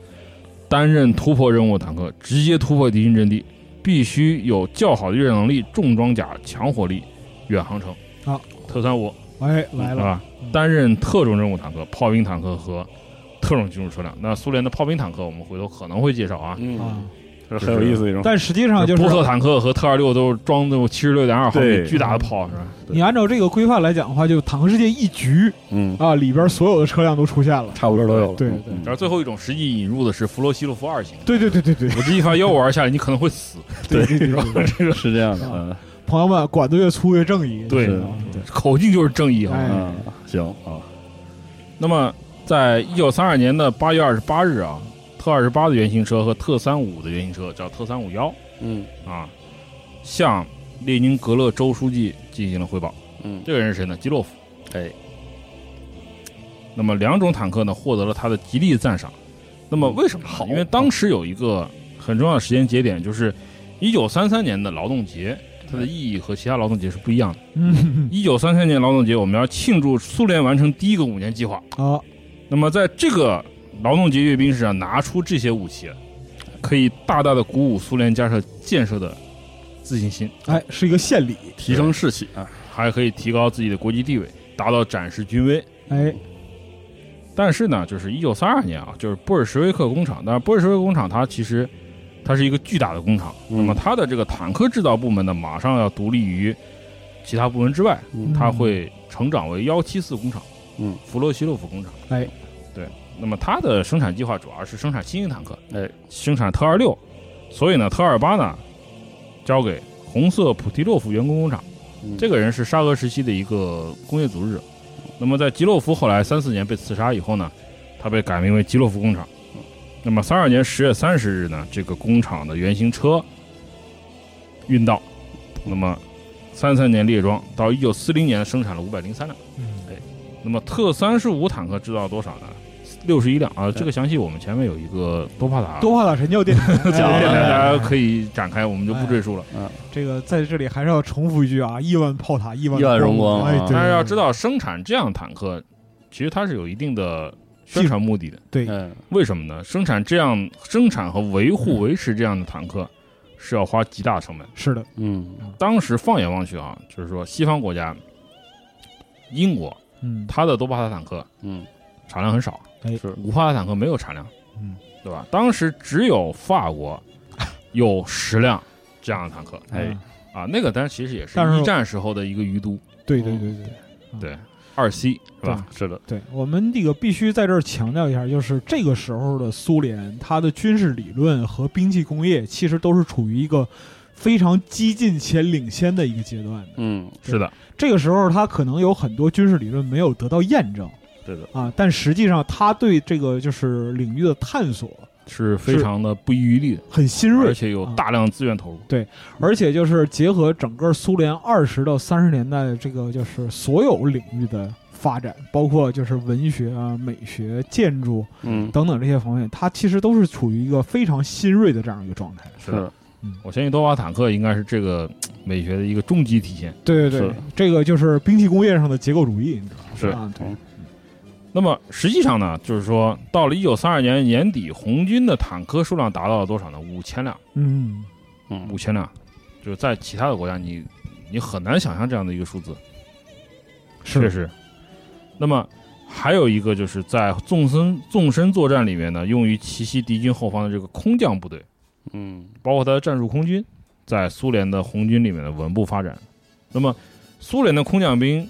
担任突破任务的坦克，直接突破敌军阵地，必须有较好的越战能力、重装甲、强火力、远航程。
好，
特三五
哎，来
是
了，
吧
嗯？
担任特种任务坦克、炮兵坦克和特种军用车辆。那苏联的炮兵坦克，我们回头可能会介绍啊。
啊
嗯，，是很有意思的一种，
但实际啊上就
波特
是
坦克和特二六都是装那种七十六点二毫
对
米巨
嗯
大的炮，是吧？
你按照这个规范来讲的话，就坦克世界一局
嗯，
啊，里边所有的车辆都出现了，
差不多都有了，嗯
对对
然后最后一种实际引入的是弗罗西洛夫二型。
对对对对对
我这一发幺五二下来，你可能会死。
对对对对，
*laughs*
啊
对，是这样的，嗯
朋友们，管得越粗越正义。
对
你知道吗对，
口径就是正义啊。
哎
嗯，行啊，
那么，在一九三二年的八月二十八日啊，特二十八的原型车和特三五的原型车叫特三五幺
嗯
啊，向列宁格勒州书记进行了汇报。
嗯，
这个人是谁呢？基洛夫。
哎，
那么两种坦克呢，获得了他的极力赞赏。那么为什么呢？
好
因为当时有一个很重要的时间节点，就是一九三三年的劳动节，它的意义和其他劳动节是不一样的。
嗯
*laughs* 一九三三年劳动节，我们要庆祝苏联完成第一个五年计划。
啊，
那么在这个劳动节阅兵式上拿出这些武器，可以大大的鼓舞苏联加设建设的自信心，
哎，是一个献礼。
提升士气啊，
还可以提高自己的国际地位，达到展示军威。
哎，
但是呢，就是一九三二年啊，就是布尔什维克工厂。但是布尔什维克工厂它其实它是一个巨大的工厂，
嗯
那么它的这个坦克制造部门呢，马上要独立于其他部门之外，
嗯
它会成长为幺七四工厂，
嗯，
弗洛西洛夫工厂。
哎，
对，那么它的生产计划主要是生产新型坦克，
哎，
生产特二六，所以呢，特二八呢交给红色普提洛夫员工工厂。
嗯
这个人是沙俄时期的一个工业组织者。那么在基洛夫后来三四年被刺杀以后呢，他被改名为基洛夫工厂。那么三二年十月三十日呢，这个工厂的原型车运到，那么三三年列装，到一九四零年生产了五百零三辆。
嗯
那么特三十五坦克制造多少呢？六十一辆啊，这个详细我们前面有一个多帕塔
多话打神教 *laughs* 电台，
讲
哎
了，
哎
大
哎
家可以展开，我们就不赘述了。
这个在这里还是要重复一句啊，亿万炮塔，亿万
亿万荣光
哎
啊，
对
但是要知，道，生产这样坦克，其实它是有一定的宣传目的的。
对，
嗯，
为什么呢？生产这样、生产和维
嗯
护、维持这样的坦克，是要花极大成本。
是的，
嗯
当时放眼望去啊，就是说西方国家，英国
嗯，
它的多帕塔坦克
嗯
产量很少，
哎
是
五帕塔坦克没有产量，
嗯，
对吧？当时只有法国有十辆这样的
*laughs*
坦
嗯
克
哎，
啊，那个当然其实也是
但是
一战时候的一个余都，
对对对对
对，二 C 是吧？
是的，
对，我们这个必须在这儿强调一下，就是这个时候的苏联，它的军事理论和兵器工业其实都是处于一个非常激进且领先的一个阶段的。
嗯
是的，
这个时候，它可能有很多军事理论没有得到验证
对的，
啊，但实际上它对这个就是领域的探索
是非常的不遗余力的，
很新
而
锐，
且有大量资源投入。
而且就是结合整个苏联二十到三十年代的这个就是所有领域的发展，包括就是文学啊、美学、建筑
嗯
等等这些方面，它其实都是处于一个非常新锐的这样一个状态。
是
是
的，
的，
我相信多瓦坦克应该是这个嘖美学的一个终极体现。
对对
是
对
的，
这个就是兵器工业上的结构主义，你知道吗？
是
啊，对
嗯，
那么实际上呢，就是说到了一九三二年年底，红军的坦克数量达到了多少呢？五千辆，
嗯，
五
嗯
千辆，就是在其他的国家你你很难想象这样的一个数字，确
是，
实。那么还有一个就是在纵深纵深作战里面呢，用于奇袭敌军后方的这个空降部队，
嗯
包括它的战术空军，在苏联的红军里面的稳步发展。那么，苏联的空降兵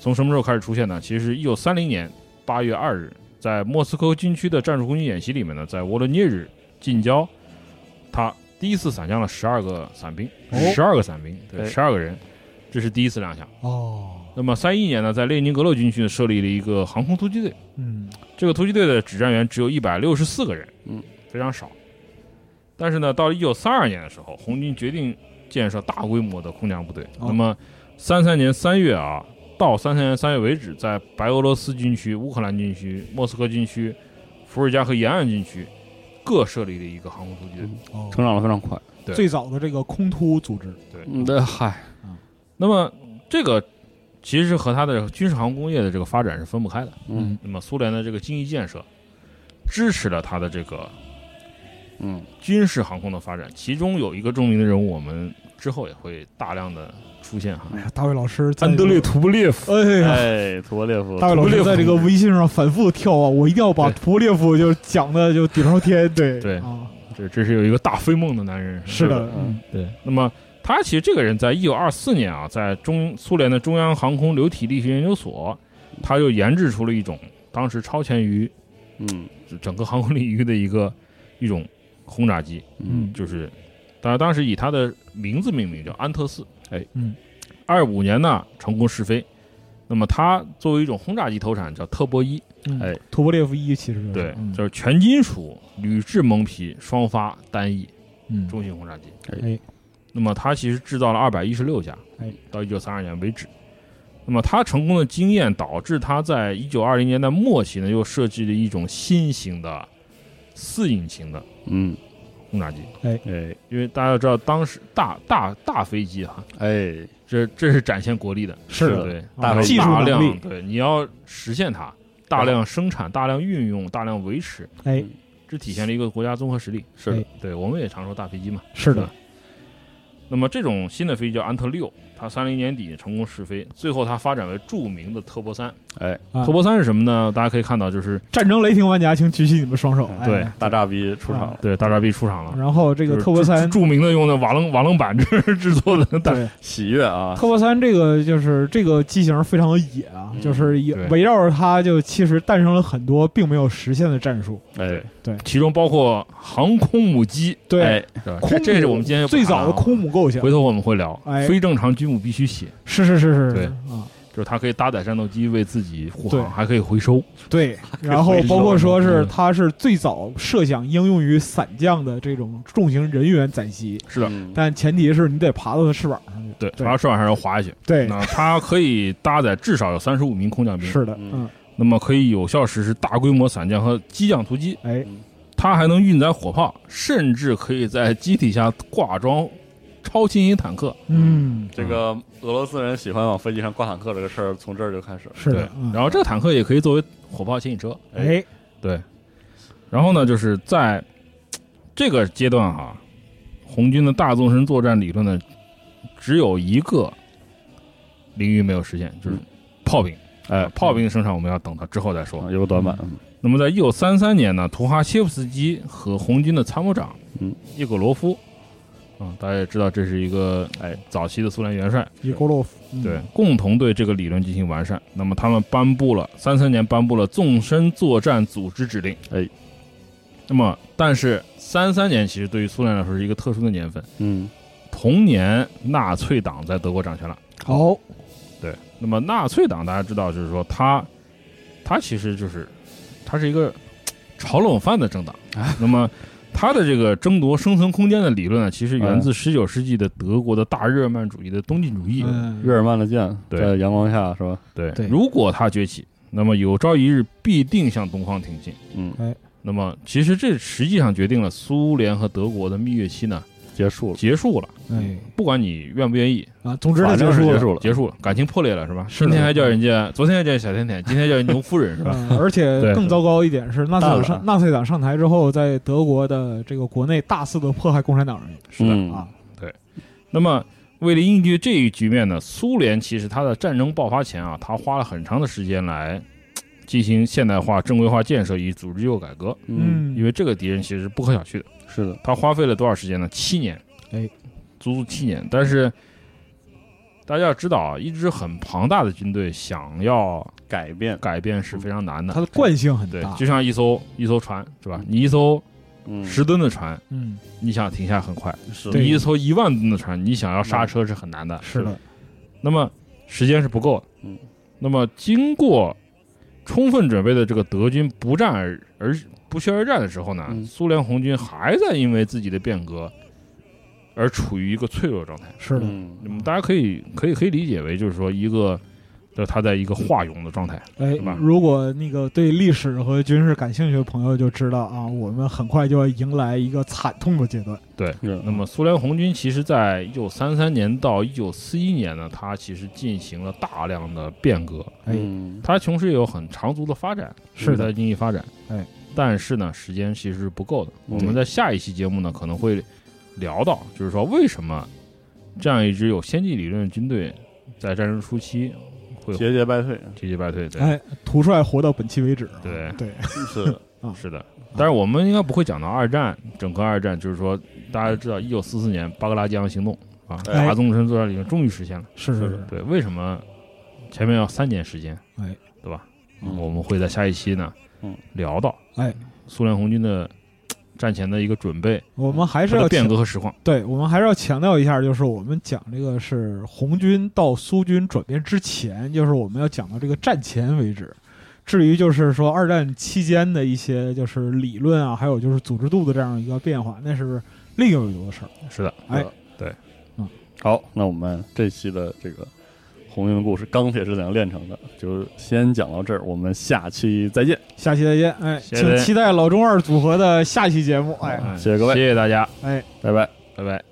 从什么时候开始出现呢？其实是一九三零年八月二日，在莫斯科军区的战术空军演习里面呢，在沃罗涅日近郊，他第一次散降了十二个伞兵，
哦
十二个伞兵，对，
哎
十二个人，这是第一次亮相。
哦，
那么三一年呢，在列宁格勒军区呢设立了一个航空突击队，
嗯，
这个突击队的指战员只有一百六十四个人，
嗯，
非常少。但是呢，到了一九三二年的时候，红军决定建设大规模的空降部队。
哦
那么，三三年三月啊，到三三年三月为止，在白俄罗斯军区、乌克兰军区、莫斯科军区、伏尔加河沿岸军区各设立了一个航空突击队。
嗯
哦
成长的非常快，
对
最早的这个空突组织，
嗯，对，嗨，
那么，这个其实是和它的军事航空工业的这个发展是分不开的。
嗯
那么，苏联的这个经济建设支持了它的这个
嗯
军事航空的发展，其中有一个著名的人物，我们之后也会大量的出现哈。
哎呀，大卫老师在，
图布列夫，
哎呀，
哎，图波列夫，
大卫老
图
师
列夫
在这个微信上反复跳啊，我一定要把
对
图波列夫就是讲的就顶上天，对
对
啊，
这这是有一个大飞梦的男人。
是
的
的，嗯
对。那么他其实这个人在一九二四年啊，在中苏联的中央航空流体力学研究所，他就研制出了一种当时超前于
嗯
整个航空领域的一个一种轰炸机，
嗯
就是当然当时以他的名字命名叫安特四。哎，
嗯，
二五年呢成功试飞，那么它作为一种轰炸机投产叫特波一，
嗯
哎，
图波列夫一其实就是
对，
嗯
就是全金属铝制蒙皮双发单翼
嗯，
中型轰炸机。
哎，
那么它其实制造了二百一十六架，
哎，
到一九三二年为止。那么它成功的经验导致它在一九二零年代末期呢，又设计了一种新型的四引擎的
嗯，
轰炸机。
哎
因为大家知道，当时大大大飞机哈、
哎，
这这是展现国力的，
是
的
对，
大飞
技术
大
能
量
力，
对，你要实现它，大量生产、大量运用、大量维持，
哎，
这体现了一个国家综合实力。
是的，
对，我们也常说大飞机嘛。
是的，
那么这种新的飞机叫安特六，它三零年底成功试飞，最后它发展为著名的特波三。
哎，
啊
特波三是什么呢？大家可以看到，就是
战争雷霆玩家，请举起你们双手，哎
对
大炸逼出
啊
场了，
对大闸臂出场了，
然后这
这
个特波三，
著名的用的瓦楞瓦楞板制制作的大，
对，
喜悦啊，
特波三这个就是这个机型非常的野啊，
嗯
就是也
对
围绕着它，就其实诞生了很多并没有实现的战术。
哎
其中包括航空母机，
对，
哎，
对吧
空
这这是
母
我们今天
最早的
空，
空母构想
回，头我们会聊
啊哎，
非正常军务必须写，
是是是是是
对
啊，
就是它可以搭载战斗机为自己护
对
航，还可以回收。
对。然后
回收
包括说是
嗯
它是最早设想应用于伞降的这种重型人员载机，
是的
嗯
但前提是你得爬到它翅膀上去。
对，
对
爬到翅膀上然后滑下去。
对，
那它可以搭载至少有三十五名空降兵，
是的，嗯
嗯，
那么可以有效实施大规模伞降和机降突击。
哎，
它还能运载火炮，甚至可以在机体下挂装超轻型坦克。
嗯，
这个俄罗斯人喜欢往飞机上挂坦克这个事儿，从这儿就开始了。
是的，嗯
然后这个坦克也可以作为火炮牵引车。
哎，
对，然后呢，就是在嘖这个阶段哈、红军的大纵深作战理论呢，只有一个领域没有实现，就是炮兵。
哎
炮兵的生产我们要等到之后再说。
有个短板，
那么，在一九三三年呢，图哈切夫斯基和红军的参谋长
嗯
叶戈罗夫，嗯，大家也知道这是一个
哎
早期的苏联元帅，
伊戈洛夫，嗯
对，共同对这个理论进行完善。那么他们颁布了三三年颁布了纵深作战组织指令。
哎，
那么但是三三年其实对于苏联来说是一个特殊的年份，
嗯，
同年纳粹党在德国掌权了。
好，
对，那么纳粹党大家知道，就是说它，它其实就是它是一个嘖炒冷饭的政党。那么它的这个争夺生存空间的理论呢，其实源自十九世纪的德国的大日耳曼主义的东进主义。
嗯，
日耳曼的剑
对
在阳光下是吧？
对，
对
如果它崛起，那么有朝一日必定向东方挺进。
嗯，
那么其实这实际上决定了苏联和德国的蜜月期呢
结束了，
结束了。
哎
不管你愿不愿意，
啊，总之呢，
反
结
正是
束
结
了。
束了，
结束了，感情破裂了是吧？
是的
今天还叫人家，昨天还叫小甜甜，今天叫人牛夫人是吧？
嗯，而且
对
更糟糕一点是，纳粹党上纳粹党上台之后，在德国的这个国内大肆的迫害共产党人
是的。
嗯
啊，
那么为了应对这一局面呢，苏联其实它的战争爆发前啊，它花了很长的时间来嘖进行现代化、正规化建设与组织机构改革，
嗯，
因为这个敌人其实是不可小觑的。
是的，
他花费了多少时间呢？七年，
哎，
足足七年。但是大家要知道啊，一支很庞大的军队想要
改变，
改变是非常难的。
它的惯性很
对
大，，
就像一艘一艘船是吧？你一艘
嗯，
十吨的船，
嗯，
你想停下很快；
是
你
的，
一艘一万吨的船，你
嗯
想要刹车是很难的。
是的，
那么时间是不够的。
嗯，
那么经过充分准备的这个德军不战而而不宣而战的时候呢，
嗯
苏联红军还在因为自己的变革而处于一个脆弱的状态。
是的，
嗯
那么大家可以可以可以理解为就是说一个。就是他在一个化蛹的状态，
哎
吧，
如果那个对历史和军事感兴趣的朋友就知道啊，我们很快就要迎来一个惨痛的阶段，
是
那么苏联红军其实在一九三三年到一九四一年呢，它其实进行了大量的变革，
哎，
嗯
它同时也有很长足的发展，
是
在
的，
经济发展，
哎，
但是呢，时间其实是不够的。
嗯
我们在下一期节目呢，可能会聊到，就是说为什么这样一支有先进理论的军队在战争初期会
节节败 *laughs* 退，
节节败退。对，
哎，图帅活到本期为止啊，
对
对，
是的，
是的。但是我们应该不会讲到二战，整个二战就是说，大家知道，一九四四年巴格拉吉扬行动啊，
哎
大纵深作战理论终于实现了。
是是
是
是
的，
对，为什么前面要三年时间？
哎，
对吧？
嗯
我们会在下一期呢，
嗯，
聊到
哎
苏联红军的嘖战前的一个准备，
我们还是
它
要
的变
强
革和实况。
对，我们还是要强调一下，就是我们讲这个是红军到苏军转变之前，就是我们要讲到这个战前为止。至于就是说二战期间的一些就是理论啊，还有就是组织度的这样一个变化，那是另有一个事儿。
是的，
哎，
对，
嗯，
好，那我们这期的这个红军的故事，钢铁是怎样炼成的，就先讲到这儿，我们下期再见，
下期再见，哎，
谢谢
请期待老中二组合的下期节目，哎
哎
谢谢各位
谢谢大家，
哎。
拜拜。
拜拜。